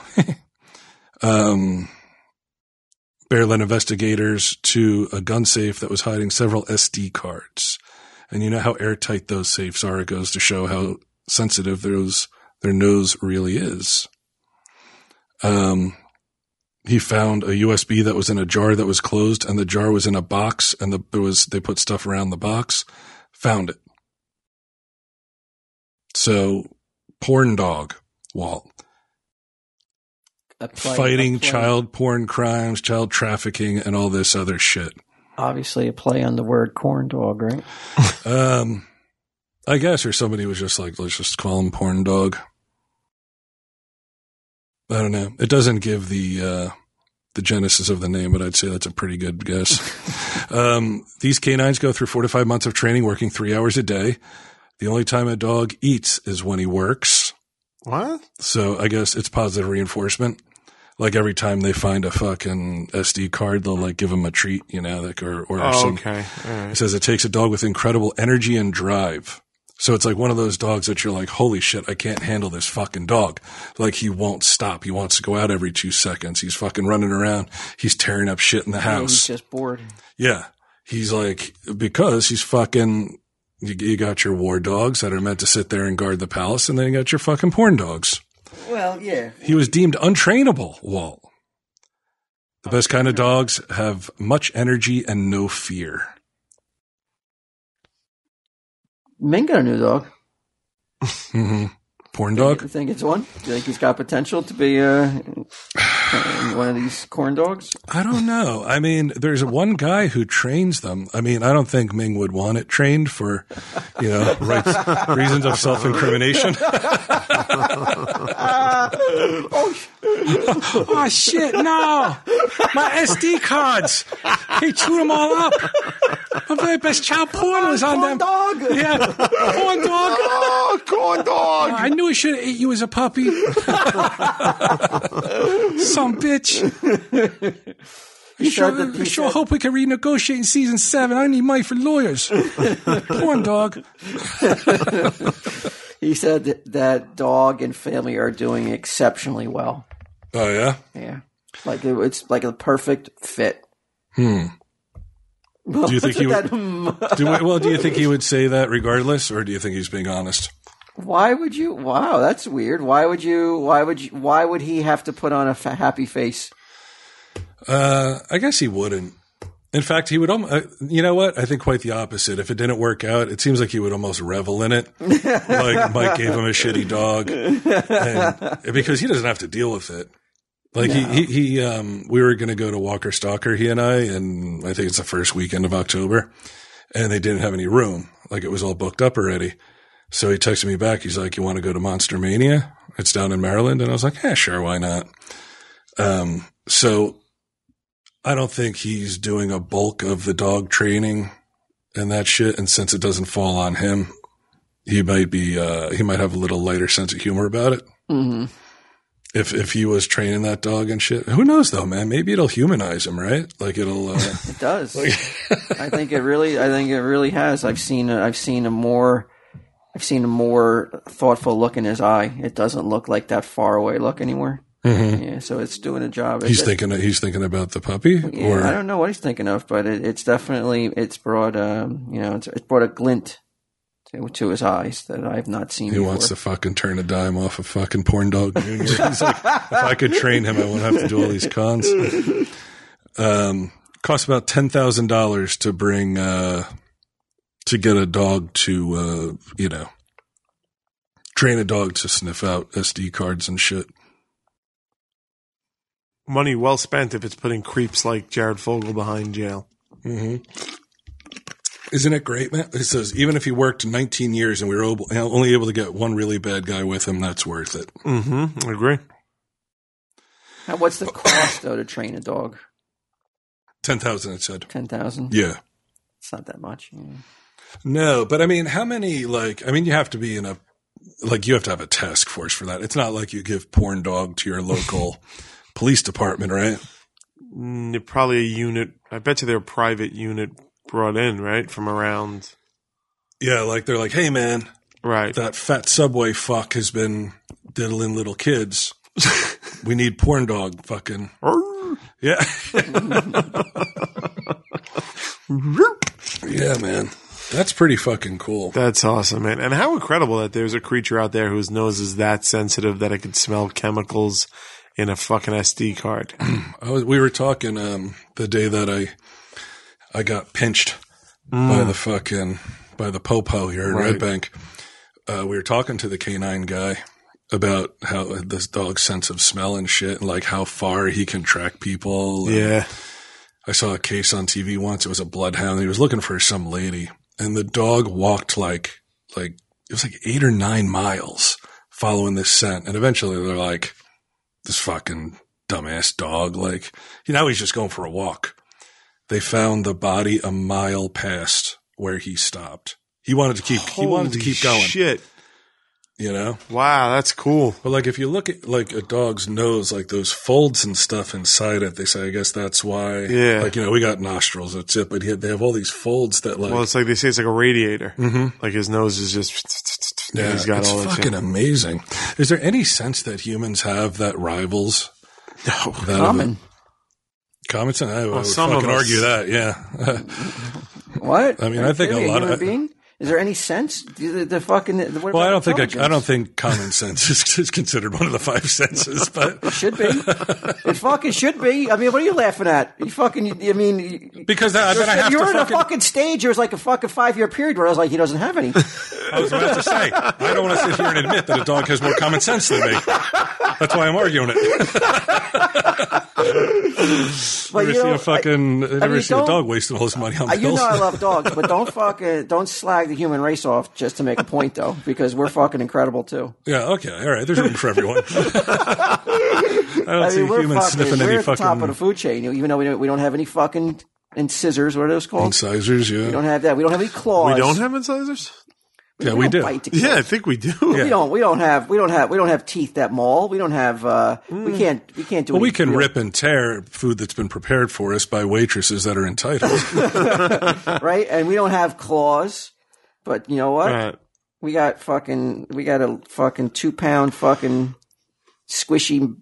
um, Bear led investigators to a gun safe that was hiding several SD cards. And you know how airtight those safes are. It goes to show how sensitive those, their nose really is. Um, he found a USB that was in a jar that was closed, and the jar was in a box, and the, there was they put stuff around the box. Found it. So, porn dog, Walt,
A play-
fighting
a play-
child porn crimes, child trafficking, and all this other shit.
Obviously, a play on the word corn dog, right?
Um, I guess, or somebody was just like, let's just call him porn dog. I don't know. It doesn't give the uh, the genesis of the name, but I'd say that's a pretty good guess. um, these canines go through four to five months of training, working three hours a day. The only time a dog eats is when he works.
What?
So I guess it's positive reinforcement. Like every time they find a fucking SD card, they'll like give him a treat, you know, like or or
Oh,
some
okay. All right.
it says it takes a dog with incredible energy and drive. So it's like one of those dogs that you're like, holy shit, I can't handle this fucking dog. Like he won't stop. He wants to go out every two seconds. He's fucking running around. He's tearing up shit in the
He's
house.
just bored.
Yeah. He's like, because he's fucking, you, you got your war dogs that are meant to sit there and guard the palace. And then you got your fucking porn dogs.
Well, yeah.
He was deemed untrainable, Walt. The best kind of dogs have much energy and no fear.
Ming got a new dog.
Porn
You
dog?
think it's one? Do you think he's got potential to be uh, uh, one of these corn dogs?
I don't know. I mean, there's one guy who trains them. I mean, I don't think Ming would want it trained for, you know, rights, reasons of self incrimination. oh, shit, no. My SD cards. He chewed them all up. My very best child porn was on them.
Dog.
Yeah, corn dog.
Oh, corn dog!
I knew I should have ate you as a puppy. Some bitch. I
said
sure,
that-
I
he
sure
said-
hope we can renegotiate in season seven. I need money for lawyers. Porn dog.
He said that, that dog and family are doing exceptionally well.
Oh yeah.
Yeah, like it, it's like a perfect fit. Hmm.
Do you think he would-
that, hmm.
Do we, well, do you think he would say that regardless, or do you think he's being honest?
Why would you? Wow, that's weird. Why would you? Why would you? Why would he have to put on a fa- happy face?
Uh, I guess he wouldn't. In fact, he would. Al- uh, you know what? I think quite the opposite. If it didn't work out, it seems like he would almost revel in it. like Mike gave him a shitty dog, and, because he doesn't have to deal with it. Like he, he, he um, we were going to go to Walker Stalker, he and I, and I think it's the first weekend of October, and they didn't have any room. Like it was all booked up already. So he texted me back. He's like, "You want to go to Monster Mania? It's down in Maryland." And I was like, "Yeah, sure, why not?" Um, so I don't think he's doing a bulk of the dog training and that shit. And since it doesn't fall on him, he might be, uh, he might have a little lighter sense of humor about it.
hmm
If, if he was training that dog and shit, who knows though, man? Maybe it'll humanize him, right? Like it'll, uh,
It does. I think it really. I think it really has. I've seen. A, I've seen a more. I've seen a more thoughtful look in his eye. It doesn't look like that far away look anymore. Yeah, so it's doing a job.
he's
It-
thinking, he's thinking about the puppy
Yeah,
or,
I don't know what he's thinking of, but it, it's definitely it's brought um you know it's, it's brought a glint to, to his eyes that I've not seen.
He
before.
wants to fucking turn a dime off a fucking porn dog junior. He's like, if I could train him, I wouldn't have to do all these cons. Um, costs about ten thousand dollars to bring uh, to get a dog to uh, you know train a dog to sniff out SD cards and shit.
Money well spent if it's putting creeps like Jared Fogle behind jail.
Isn't it great, man? It says even if he worked 19 years and we were able, only able to get one really bad guy with him, that's worth it.
Mm-hmm. I agree.
Now, what's the cost though to train a dog?
Ten thousand, it said.
Ten thousand.
Yeah.
It's not that much. yeah.
No, but I mean, how many like? I mean, you have to be in a like you have to have a task force for that. It's not like you give porn dog to your local police department, right?
Mm, they're probably a unit. I bet you they're a private unit brought in, right? From around.
Yeah, like they're like, hey man,
Right.
that fat subway fuck has been diddling little kids. we need porn dog fucking. Yeah. yeah, man. That's pretty fucking cool.
That's awesome, man. And how incredible that there's a creature out there whose nose is that sensitive that it could smell chemicals in a fucking SD card.
I was, we were talking um, the day that I I got pinched by the fucking by the popo here in Red Bank. Uh, we were talking to the canine guy about how this dog's sense of smell and shit, and like how far he can track people. And
Yeah.
I saw a case on TV once. It was a bloodhound. He was looking for some lady, and the dog walked like like it was like eight or nine miles following this scent. And eventually, they're like, "This fucking dumbass dog!" Like you know, he's just going for a walk. They found the body a mile past where he stopped. He wanted to keep. he wanted to
Holy
keep going.
Shit.
You know.
Wow, that's cool.
But like if you look at like a dog's nose, like those folds and stuff inside it, they say I guess that's why.
Yeah.
Like you know we got nostrils, that's it. But he, they have all these folds that like.
Well, it's like they say it's like a radiator.
Mhm.
Mm-hmm.
Like his nose is just.
yeah,
he's got
it's
all that
fucking
shit.
amazing. Is there any sense that humans have that rivals
No.
that of
Common.
a- Common sense. I, I would
some of
fucking
us.
argue that. Yeah.
What?
I mean,
Are
I
you
think a
kidding me?
lot
human
of-
being. Is there any sense? The, the, the fucking. The, what
well,
about
I don't think I, I
intelligence?
don't think common sense is, is considered one of the five senses, but
Should be. It fucking should be. I mean, what are you laughing at? You fucking. I mean. you-
because I, then I have
you
to
were in
fucking
a fucking stage. There was like a fucking five year period where I was like, he doesn't have any.
I was about to say, I don't want to sit here and admit that a dog has more common sense than me. That's why I'm arguing it.
But
you
you
see
know,
a fucking, I, never
mean,
see a
don't-
dog wasting all his money on
I, you
pills.
know I love dogs, but don't fucking don't slag the human race off just to make a point though, because we're fucking incredible too.
yeah, okay, all right. There's room for everyone. I don't
I
see
mean, we're
humans
fucking
sniffing
we're
any
at the
fucking.
top of the food chain, you know, even though we don't, we don't have any fucking incisors. What are those called?
Incisors,
we don't
yeah.
have that. We don't have any claws.
We don't have incisors?
yeah, we
don't
do.
Bite to
Yeah, I think we do. Yeah.
We don't. We don't have. We don't have. We don't have teeth that maul. We don't have. Uh, We can't. We can't do.
Mm. Well,
any
we can
real-
rip and tear food that's been prepared for us by waitresses that are entitled.
right, and we don't have claws. But you know what?
Uh,
We got fucking. We got a fucking two pound fucking squishy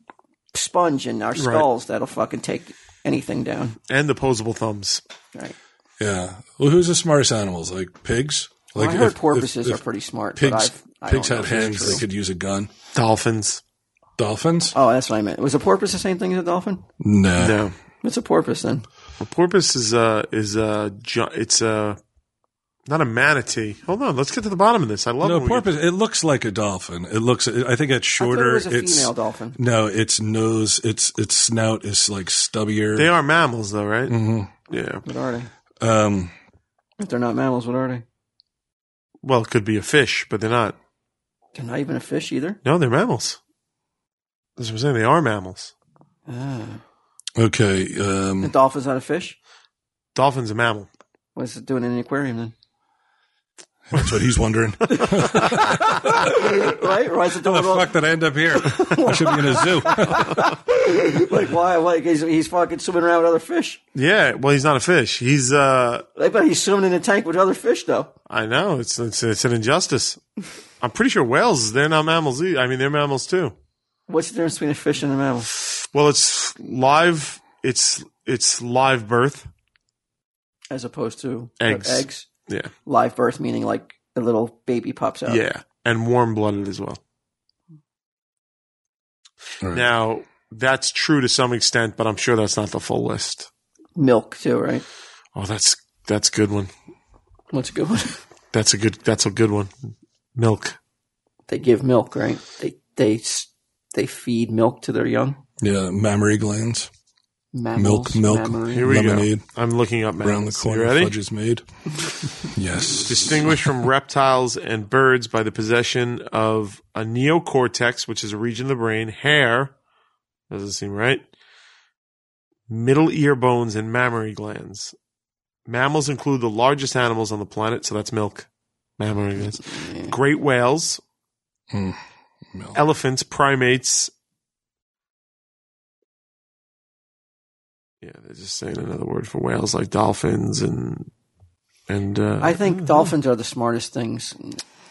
sponge in our skulls that'll fucking take anything down.
And the posable thumbs.
Right.
yeah. Well, who's the smartest animals? Like pigs? Like
I heard
if-
porpoises
if-
are pretty smart.
Pigs,
but I've, I
pigs
don't know if
had
it's
hands. They
true.
could use a gun.
Dolphins.
Dolphins?
Oh, that's what I meant. Was a porpoise the same thing as a dolphin?
no.
No.
What's a porpoise then?
A porpoise is a, is a, ju- it's a, not a manatee. Hold on. Let's get to the bottom of this. I love
No,
when we get-
porpoise. It looks like a dolphin. It looks. I think it's
I thought
shorter.
it was a
it's
female dolphin.
no. Its nose. Its its snout is like stubbier.
They are mammals, though, right? Mm-hmm. Yeah.
What are they?
Um,
If they're not mammals, what are they?
Well, it could be a fish, but they're not.
They're not even a fish either.
No, they're mammals. That's what I'm saying. They are mammals.
Ah.
okay.
The
Um,
dolphin's not a fish.
Dolphin's a mammal.
What's it doing in an aquarium then?
that's what he's wondering. How the
right? Why is it doing all,
Oh, fuck did I end up here? I should be in a zoo.
like why? Like he's, he's fucking swimming around with other fish.
Yeah. Well, he's not a fish. He's, uh,
I bet he's swimming in a tank with other fish though.
I know. It's, it's, it's an injustice. I'm pretty sure whales, they're not mammals either. I mean, they're mammals too.
What's the difference between a fish and a mammal?
Well, it's live. It's, it's live birth.
As opposed to
Eggs.
eggs,
Yeah.
live birth meaning like a little baby pops out.
Yeah. And warm blooded as well.
All right.
Now, that's true to some extent, but I'm sure that's not the full list.
Milk too, right?
Oh, that's, that's a good one.
What's a good one?
That's a good, that's a good one. Milk.
they give milk, right? They they s- they feed milk to their young.
Yeah, mammary glands.
Mammals,
Milk, milk.
mammary.
Here we
Lemonade.
go. I'm looking up mammals.
Around the corner,
You ready?
fudge is made. yes.
Distinguished from reptiles and birds by the possession of a neocortex, which is a region of the brain, hair, doesn't seem right, middle ear bones, and mammary glands. Mammals include the largest animals on the planet, so that's milk. Mammary glands. Great whales,
Mm, milk.
elephants, primates. Yeah, they're just saying another word for whales, like dolphins and and uh,
I think dolphins are the smartest things.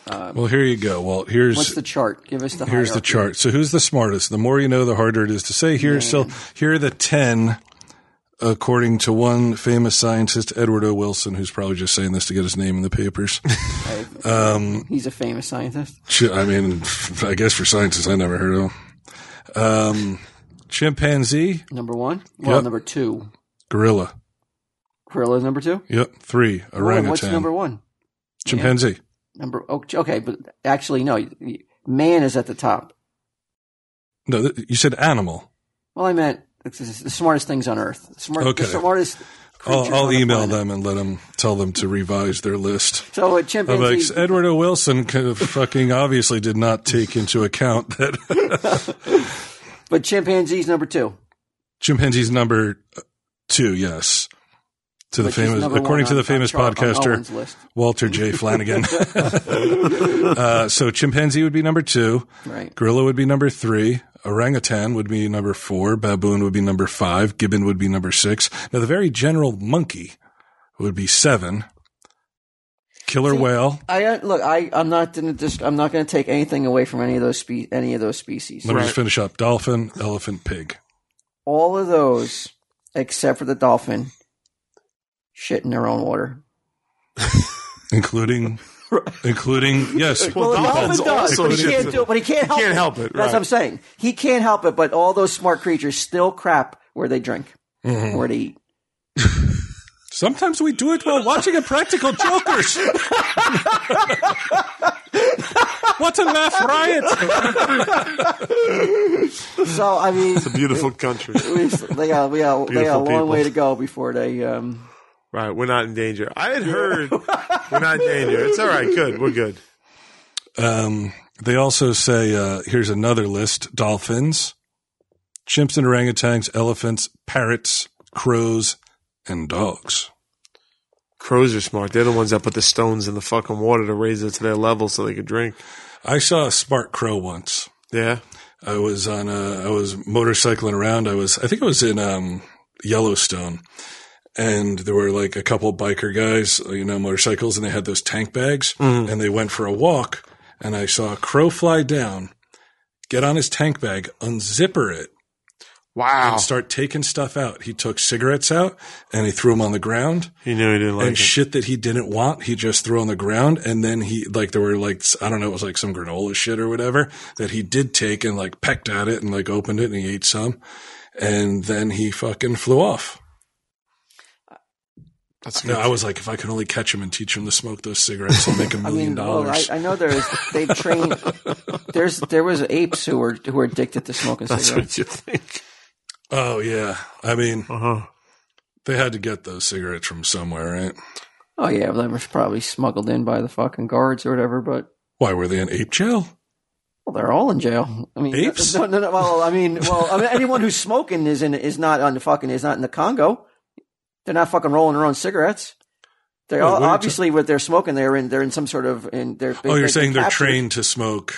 Um,
Well, here you go. Well, here's
What's the chart? Give us the
here's the
hierarchy.
chart. So who's the smartest? The more you know, the harder it is to say. Here, so here are the ten, according to one famous scientist, Edward O. Wilson, who's probably just saying this to get his name in the papers. Uh, Um,
He's a famous scientist.
Ch- I mean, I guess for scientists, I never heard of him. Um, chimpanzee,
Number one. Well,
Yep.
number two.
gorilla.
Gorilla is number two.
Yep, three
Well,
orangutan.
what's number one?
chimpanzee.
Number oh, okay, but actually no. y- y- Man is at the top.
No, th- you said animal.
Well, I meant it's the the smartest things on Earth. The smart,
Okay.
the smartest. creatures
I'll,
on
I'll
the
email
planet.
them and let them tell them to revise their list.
So uh, a
I'm like,
chimpanzee.
Edward O. Wilson kind of fucking obviously did not take into account that
but chimpanzee's number two.
chimpanzee's number uh, two, yes. To the
which is
famous,
number one
according to
on-
the
on
famous
Charles- on Owen's
podcaster
list.
Walter J. Flanagan. uh, so chimpanzee would be number two,
right?
gorilla would be number three, orangutan would be number four, baboon would be number five, gibbon would be number six. Now the very general monkey would be seven, killer whale.
I uh, look. I I'm not gonna just. I'm not gonna take anything away from any of those spe- any of those species.
Let me just finish up: dolphin, elephant, pig.
All of those, except for the dolphin, shit in their own water.
including including yes
Well, the dolphin does,
also
but he
shit.
can't do it. But he can't help.
can't
it.
help it,
That's
right.
what I'm saying. He can't help it. But all those smart creatures still crap where they drink, where they eat.
Sometimes we do it while watching a practical jokers. what a laugh riot.
So I mean,
It's a beautiful country.
we they got we got, they got a
Beautiful
long
people.
way to go before they. Um,
Right, we're not in danger. I had heard we're not in danger. It's all right. Good, we're good.
Um, they also say uh, here's another list dolphins, chimps and orangutans, elephants, parrots, crows, and dogs.
Crows are smart. They're the ones that put the stones in the fucking water to raise it to their level so they could drink.
I saw a smart crow once.
Yeah,
I was on a, I was motorcycling around. I was, I think I was in, um, Yellowstone and there were like a couple biker guys, you know, motorcycles and they had those tank bags and they went for a walk and I saw a crow fly down, get on his tank bag, unzipper it
wow.
and start taking stuff out. He took cigarettes out and he threw them on the ground
He knew he didn't like
and
it.
shit that he didn't want, he just threw on the ground. And then he, like, there were like, I don't know, it was like some granola shit or whatever that he did take and like pecked at it and like opened it and he ate some. And then he fucking flew off.
That's
Now, I was like, if I could only catch him and teach him to smoke those cigarettes, I'll make a
I
million
mean, well, I,
dollars.
I know there's they train. there's there was apes who were who were addicted to smoking
That's
cigarettes.
what you think.
oh, yeah. I mean,
Uh huh.
they had to get those cigarettes from somewhere, right?
Oh yeah, well, they were probably smuggled in by the fucking guards or whatever. But
Why were they in ape jail?
well, they're all in jail. I mean,
Apes?
No, no, no, well, I mean, well, I mean, anyone who's smoking is in is not on the fucking is not in the Congo. They're not fucking rolling their own cigarettes. They
Wait,
all
Oh, what are you
obviously what they're smoking. They're in they're in some sort of in they're.
Oh, you're saying they're
captured.
trained to smoke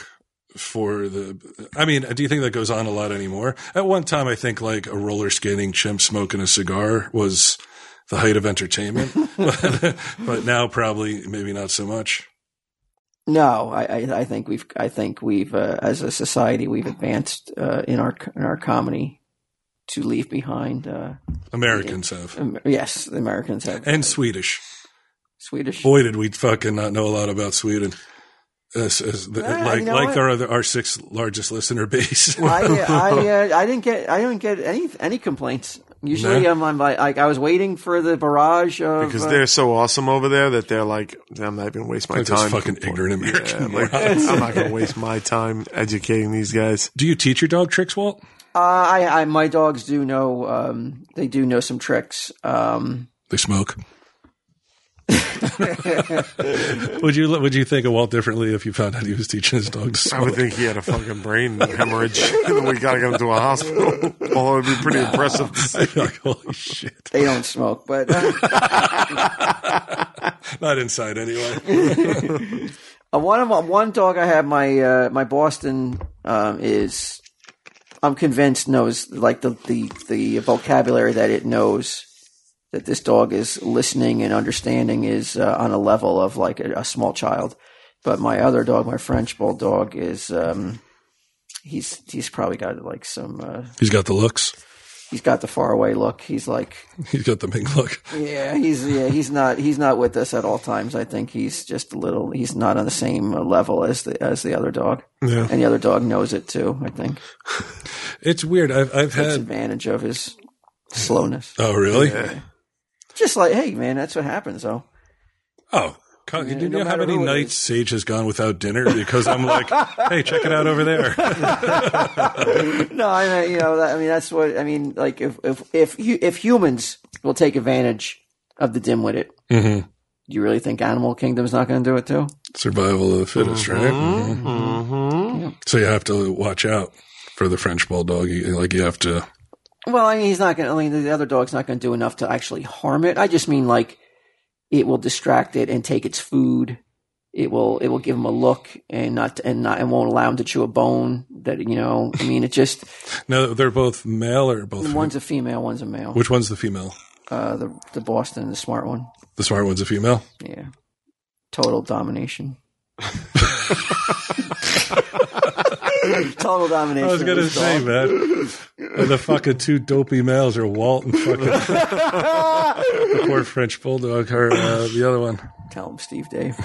for the. I mean, do you think that goes on a lot anymore? At one time, I think like a roller skating chimp smoking a cigar was the height of entertainment, but, but now probably maybe not so much.
No, I, I, I think we've, I think we've, uh, as a society, we've advanced uh, in our in our comedy to leave behind. Uh,
Americans have
um, yes, the Americans have
and Swedish.
Swedish.
Boy, did we fucking not know a lot about Sweden. As, as the,
Ah,
like
you know
like
what?
our other, our sixth largest listener base.
I, I, uh, I didn't get, I didn't get any any complaints. Usually,
No?
I'm, I'm like, like, I was waiting for the barrage of
Because
uh,
they're so awesome over there that they're like, I'm not even waste my
Like those
time.
fucking ignorant American
Yeah, like,
morons.
I'm not going to waste my time educating these guys.
Do you teach your dog tricks, Walt?
uh, I, I, my dogs do know, um, they do know some tricks. Um,
They smoke. would you would you think of Walt differently if you found out he was teaching his dog to
I would
smoke?
think he had a fucking brain hemorrhage. and we got to get him to a hospital. Although it'd be pretty impressive.
I feel like, holy shit!
they don't smoke, but uh,
Not inside anyway.
Uh, one of my, one dog I have my uh, my Boston um, is I'm convinced knows like the, the the vocabulary that it knows that this dog is listening and understanding is uh, on a level of like a, a small child. But my other dog, my French bulldog, is um, he's he's probably got like some uh,
He's got the looks.
he's got the faraway look. He's like
He's got the big look.
yeah, he's yeah, he's not he's not with us at all times. I think he's just a little. He's not on the same uh, level as the as the other dog.
Yeah.
And the other dog knows it too. I think
It's weird. I've I've
takes
had.
advantage of his slowness.
Oh really?
Just like hey man, that's what happens though.
Oh. Con- Do you
no
know how
matter
many
who it
nights
is.
Sage has gone without dinner because I'm like, hey, check it out over there.
No, I mean you know that, I mean that's what I mean. Like if if if hu- if humans will take advantage of the dimwitted,
Mhm.
do you really think animal kingdom's not going to do it too?
Survival of the fittest,
Mm-hmm.
right? Mhm. So you have to watch out for the French bulldog. You- Like you have to
Well, I mean, he's not going. to I mean, the other dog's not going to do enough to actually harm it. I just mean like it will distract it and take its food. It will it will give him a look and not and not and won't allow him to chew a bone. That you know, I mean, it just
No, they're both male or both.
the
fem-
one's a female, one's a male.
Which one's the female?
Uh, the the Boston, the smart one,
The smart one's a female.
yeah, total domination. total domination.
I was
of
gonna
this dog.
say, man, the fucking two dopey males are Walt and fucking the poor French bulldog or uh, the other one.
Tell him, Steve, Dave.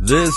This